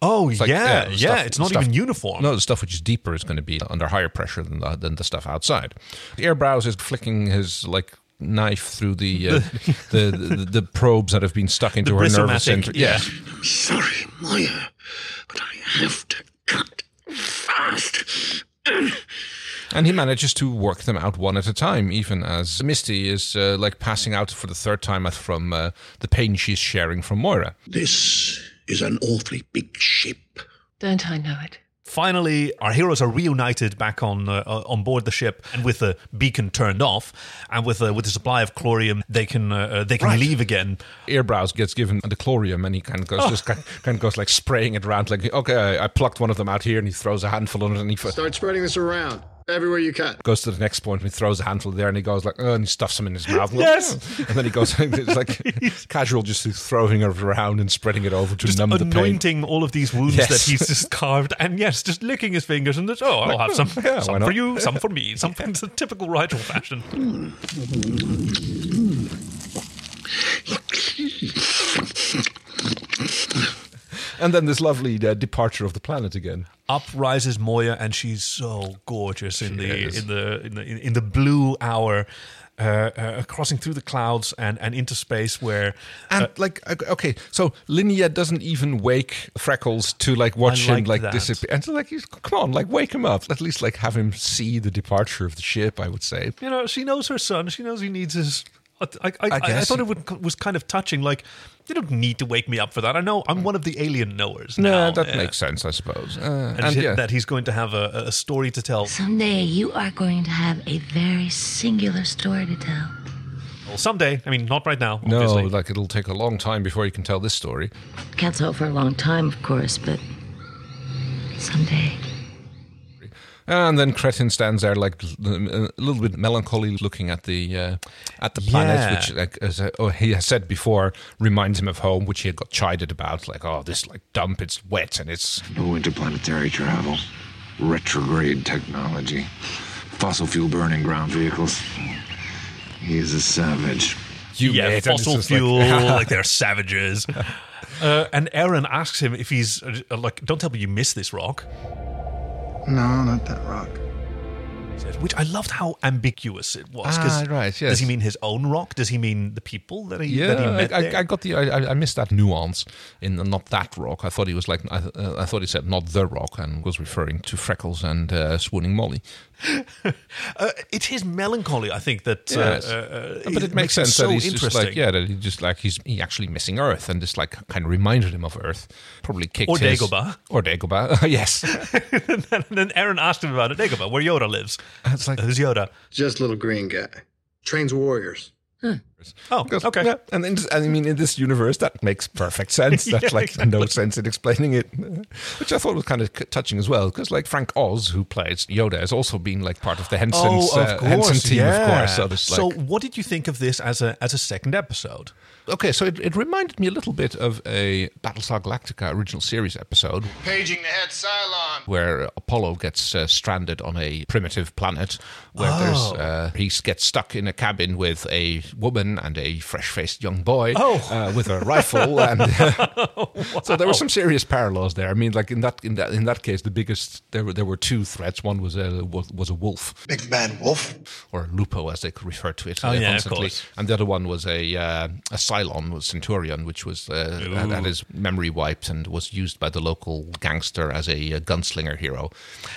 [SPEAKER 2] Oh
[SPEAKER 1] It's like,
[SPEAKER 2] yeah,
[SPEAKER 1] the
[SPEAKER 2] yeah.
[SPEAKER 1] stuff-
[SPEAKER 2] it's not
[SPEAKER 1] stuff-
[SPEAKER 2] even uniform.
[SPEAKER 1] No, the stuff which is deeper is going to be under higher pressure than the, than the stuff outside. Airbrowse is flicking his like knife through the uh, <laughs> the, the, the probes that have been stuck into her nervous
[SPEAKER 2] brisomatic,
[SPEAKER 1] center.
[SPEAKER 2] yeah.
[SPEAKER 7] Sorry, Moya, but I have to cut
[SPEAKER 11] <clears throat>
[SPEAKER 7] fast.
[SPEAKER 1] And he manages to work them out one at a time, even as Misty is uh, like passing out for the third time from uh, the pain she's sharing from Moira.
[SPEAKER 7] This is an awfully big ship.
[SPEAKER 12] Don't I know it?
[SPEAKER 2] Finally, our heroes are reunited back on uh, uh, on board the ship, and with the beacon turned off, and with uh, with the supply of chlorium, they can uh, uh, they can
[SPEAKER 1] Right.
[SPEAKER 2] leave again.
[SPEAKER 1] Earbrows gets given the chlorium, and he kind of goes
[SPEAKER 2] Oh.
[SPEAKER 1] just kind kind of goes like spraying it around, like okay, I plucked one of them out here, and he throws a handful on it, and he f-
[SPEAKER 14] Start spreading this around everywhere you can.
[SPEAKER 1] goes to the next point and he throws a handful there and he goes like, oh, and he stuffs them in his mouth. "Oh."
[SPEAKER 2] Yes.
[SPEAKER 1] And then he goes, <laughs> it's like casual, just throwing it around and spreading it over to
[SPEAKER 2] Just
[SPEAKER 1] numb the pain.
[SPEAKER 2] anointing all of these wounds
[SPEAKER 1] Yes.
[SPEAKER 2] that he's just carved, and yes, just licking his fingers and just, oh, I'll have <laughs> some,
[SPEAKER 1] yeah, why
[SPEAKER 2] some
[SPEAKER 1] not?
[SPEAKER 2] for you, some for me, some it's a typical ritual fashion.
[SPEAKER 1] And then this lovely uh, departure of the planet again.
[SPEAKER 2] <laughs> Up rises Moya, and she's so gorgeous in the,
[SPEAKER 1] is.
[SPEAKER 2] in the in the in, in the blue hour, uh, uh, crossing through the clouds and and into space where. Uh,
[SPEAKER 1] And like, o- okay, so Linnea doesn't even wake Freckles to like watch
[SPEAKER 2] I
[SPEAKER 1] him
[SPEAKER 2] liked
[SPEAKER 1] like
[SPEAKER 2] that.
[SPEAKER 1] disappear. And so, like, he's, come on, like, wake him up. At least like have him see the departure of the ship. I would say.
[SPEAKER 2] you know, she knows her son. She knows he needs his. I, I, I, I,
[SPEAKER 1] guess.
[SPEAKER 2] thought it would, was kind of touching. Like, you don't need to wake me up for that. I know I'm one of the alien knowers.
[SPEAKER 1] No,
[SPEAKER 2] now.
[SPEAKER 1] that
[SPEAKER 2] Yeah.
[SPEAKER 1] makes sense, I suppose. Uh,
[SPEAKER 2] And,
[SPEAKER 1] and
[SPEAKER 2] she-
[SPEAKER 1] yeah.
[SPEAKER 2] that he's going to have a, a story
[SPEAKER 1] <laughs>
[SPEAKER 2] to tell.
[SPEAKER 4] Someday you are going to have a very singular story to tell.
[SPEAKER 2] Well, someday. I mean, not right now,
[SPEAKER 1] no,
[SPEAKER 2] obviously.
[SPEAKER 1] like it'll take a long time before you can tell this story.
[SPEAKER 4] Can't tell for a long time, of course, but someday.
[SPEAKER 1] And then Cretin stands there, like l- a little bit melancholy, looking at the uh, at the planet,
[SPEAKER 2] Yeah.
[SPEAKER 1] which, like, as uh, oh, he has said before, reminds him of home, which he had got chided about, like, oh, this like dump, it's wet and it's
[SPEAKER 10] No interplanetary travel, retrograde technology, fossil fuel burning ground vehicles. He is a savage.
[SPEAKER 1] you
[SPEAKER 2] yeah,
[SPEAKER 1] mate," and it's
[SPEAKER 2] fossil
[SPEAKER 1] just like- <laughs>
[SPEAKER 2] fuel, like, they're savages. Uh, and Aaron asks him if he's uh, like, "Don't tell me you miss this rock,"
[SPEAKER 14] No, not that rock.
[SPEAKER 2] which I loved how ambiguous it was. 'cause
[SPEAKER 1] Ah, right, yes.
[SPEAKER 2] Does he mean his own rock? Does he mean the people that he that he
[SPEAKER 1] yeah,
[SPEAKER 2] met
[SPEAKER 1] I, I,
[SPEAKER 2] there?
[SPEAKER 1] I got the. I, I- I missed that nuance in the not that rock. I thought he was like. I, th- uh, I thought he said not the rock and was referring to Freckles and uh, swooning Molly.
[SPEAKER 2] Uh, it's his melancholy, I think, that.
[SPEAKER 1] Yes.
[SPEAKER 2] Uh, uh,
[SPEAKER 1] but it makes sense
[SPEAKER 2] it so
[SPEAKER 1] that he's
[SPEAKER 2] interesting.
[SPEAKER 1] just like yeah, that he just like he's he actually missing Earth and just like kind of reminded him of Earth. Probably kicked
[SPEAKER 2] Or
[SPEAKER 1] his-
[SPEAKER 2] Dagobah. <laughs>
[SPEAKER 1] or Dagobah. <laughs> yes,
[SPEAKER 2] and then- and then Aaron asked
[SPEAKER 1] <laughs>
[SPEAKER 2] him about it. Dagobah, where Yoda lives.
[SPEAKER 1] it's like
[SPEAKER 2] Who's Yoda?
[SPEAKER 14] Just little green guy. Trains warriors.
[SPEAKER 2] Oh,
[SPEAKER 1] Because-
[SPEAKER 2] okay.
[SPEAKER 1] yeah, and, in, and I mean, in this universe, that makes perfect
[SPEAKER 2] <laughs>
[SPEAKER 1] sense.
[SPEAKER 2] Yeah,
[SPEAKER 1] That's like no sense in explaining it, which I thought was kind of c- touching as well. Because like Frank Oz, who plays Yoda, has also been like part of the Henson's,
[SPEAKER 2] oh, of
[SPEAKER 1] uh,
[SPEAKER 2] course,
[SPEAKER 1] Henson team, of
[SPEAKER 2] yeah.
[SPEAKER 1] course. So, there's, like,
[SPEAKER 2] So what did you think of this as a as a second episode?
[SPEAKER 1] okay, so it, it reminded me a little bit of a Battlestar Galactica original series episode
[SPEAKER 6] Paging the head Cylon.
[SPEAKER 1] where Apollo gets uh, stranded on a primitive planet where
[SPEAKER 2] Oh.
[SPEAKER 1] there's uh, he gets stuck in a cabin with a woman and a fresh-faced young boy
[SPEAKER 2] Oh.
[SPEAKER 1] uh, with a
[SPEAKER 2] <laughs>
[SPEAKER 1] rifle and so there were some serious parallels there. I mean, like in that in that in that case, the biggest there were there were two threats. One was a was a wolf,
[SPEAKER 11] big man wolf,
[SPEAKER 1] or Lupo as they refer to it
[SPEAKER 2] Oh,
[SPEAKER 1] uh,
[SPEAKER 2] yeah, of
[SPEAKER 1] constantly,
[SPEAKER 2] course.
[SPEAKER 1] and the other one was a uh, a Cylon, was Centurion, which was uh, had, had his memory wiped and was used by the local gangster as a, uh gunslinger hero.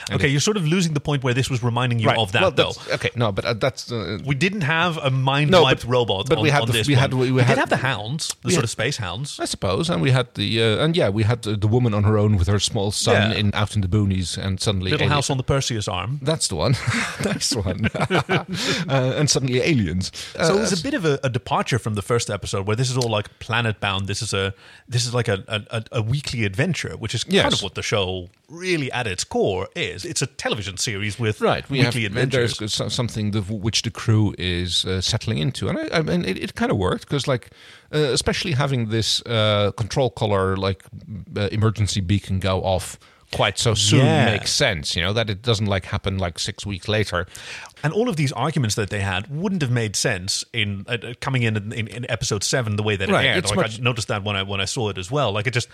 [SPEAKER 1] And
[SPEAKER 2] okay,
[SPEAKER 1] it-
[SPEAKER 2] you're sort of losing the point where this was reminding you
[SPEAKER 1] Right,
[SPEAKER 2] of that,
[SPEAKER 1] well,
[SPEAKER 2] though.
[SPEAKER 1] that's- Okay, no, but uh, that's uh,
[SPEAKER 2] We didn't have a mind
[SPEAKER 1] No,
[SPEAKER 2] wiped
[SPEAKER 1] but-
[SPEAKER 2] robot,
[SPEAKER 1] but
[SPEAKER 2] on,
[SPEAKER 1] we had
[SPEAKER 2] on
[SPEAKER 1] the-
[SPEAKER 2] this
[SPEAKER 1] we
[SPEAKER 2] one.
[SPEAKER 1] had- we- we had-
[SPEAKER 2] did have the hounds, the
[SPEAKER 1] we
[SPEAKER 2] sort
[SPEAKER 1] had-
[SPEAKER 2] of space hounds.
[SPEAKER 1] I suppose, and we had the uh, and yeah, we had the, the woman on her own with her small son
[SPEAKER 2] Yeah.
[SPEAKER 1] in out in the boonies, and suddenly
[SPEAKER 2] Little
[SPEAKER 1] alien-
[SPEAKER 2] house on the Perseus arm.
[SPEAKER 1] That's the one. <laughs> That's the one. <laughs> uh, and suddenly aliens. Uh,
[SPEAKER 2] So it was a bit of a, a departure from the first episode, where this is all like planet bound. This is a this is like a a, a weekly adventure, which is kind
[SPEAKER 1] Yes.
[SPEAKER 2] of what the show really at its core is. It's a television series with
[SPEAKER 1] right. We
[SPEAKER 2] weekly
[SPEAKER 1] have,
[SPEAKER 2] adventures.
[SPEAKER 1] There's so- something the, which the crew is uh, settling into, and I, I mean, it, it kind of worked because, like, uh, especially having this uh, control color like uh, emergency beacon go off quite so soon
[SPEAKER 2] Yeah.
[SPEAKER 1] makes sense. You know that it doesn't like happen like six weeks later.
[SPEAKER 2] And all of these arguments that they had wouldn't have made sense in uh, uh, coming in in, in in episode seven the way that it
[SPEAKER 1] Right,
[SPEAKER 2] aired.
[SPEAKER 1] it's
[SPEAKER 2] Like
[SPEAKER 1] much-
[SPEAKER 2] I noticed that when I when I saw it as well. Like it just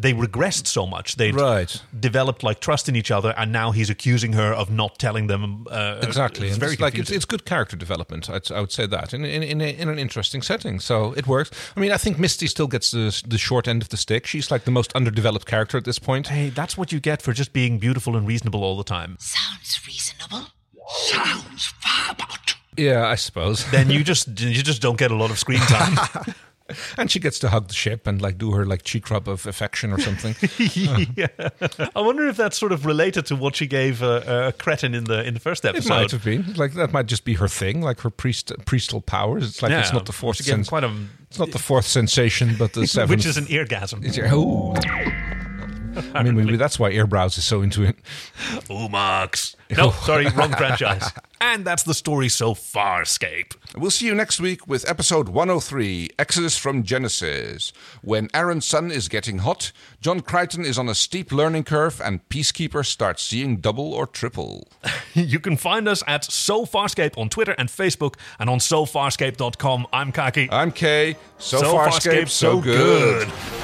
[SPEAKER 2] they regressed so much. They
[SPEAKER 1] Right.
[SPEAKER 2] developed like trust in each other, and now he's accusing her of not telling them uh,
[SPEAKER 1] Exactly,
[SPEAKER 2] It's
[SPEAKER 1] and
[SPEAKER 2] very
[SPEAKER 1] it's like it's,
[SPEAKER 2] confusing.
[SPEAKER 1] it's good character development. I'd, I would say that in in, in, a, in an interesting setting, so it works. I mean, I think Misty still gets the the short end of the stick. She's like the most underdeveloped character at this point.
[SPEAKER 2] Hey, that's what you get for just being beautiful and reasonable all the time.
[SPEAKER 4] Sounds reasonable.
[SPEAKER 7] Sounds about.
[SPEAKER 1] Yeah, I suppose.
[SPEAKER 2] Then you just <laughs> you just don't get a lot of screen time.
[SPEAKER 1] <laughs>
[SPEAKER 2] <laughs>
[SPEAKER 1] and she gets to hug the ship and like do her like cheek rub of affection or
[SPEAKER 2] <laughs>
[SPEAKER 1] something.
[SPEAKER 2] yeah. I wonder if that's sort of related to what she gave uh, uh, Cretin in the in the first
[SPEAKER 1] it
[SPEAKER 2] episode.
[SPEAKER 1] might have been like that. Might just be her thing, like her priest priestal powers. It's like it's
[SPEAKER 2] Yeah,
[SPEAKER 1] not the fourth
[SPEAKER 2] she gave
[SPEAKER 1] sense.
[SPEAKER 2] quite a-
[SPEAKER 1] it's
[SPEAKER 2] <laughs>
[SPEAKER 1] not the fourth sensation, but the seventh.
[SPEAKER 2] which is an eargasm.
[SPEAKER 1] It's-
[SPEAKER 2] <laughs>
[SPEAKER 1] oh. I mean, maybe that's why Airbrows is so into it.
[SPEAKER 2] Ooh, Max.
[SPEAKER 15] <laughs>
[SPEAKER 2] No, sorry, wrong franchise. And that's the story so far, Scape.
[SPEAKER 15] We'll see you next week with episode 103 Exodus from Genesis. When Aaron's sun is getting hot, John Crichton is on a steep learning curve, and Peacekeeper starts seeing double or triple.
[SPEAKER 2] <laughs> You can find us at So Farscape on Twitter and Facebook and on SoFarscape.com. I'm Kaki.
[SPEAKER 15] I'm Kay. Uh, So,
[SPEAKER 2] So
[SPEAKER 15] far,
[SPEAKER 2] Farscape,
[SPEAKER 15] Scape, so,
[SPEAKER 2] so
[SPEAKER 15] good.
[SPEAKER 2] good.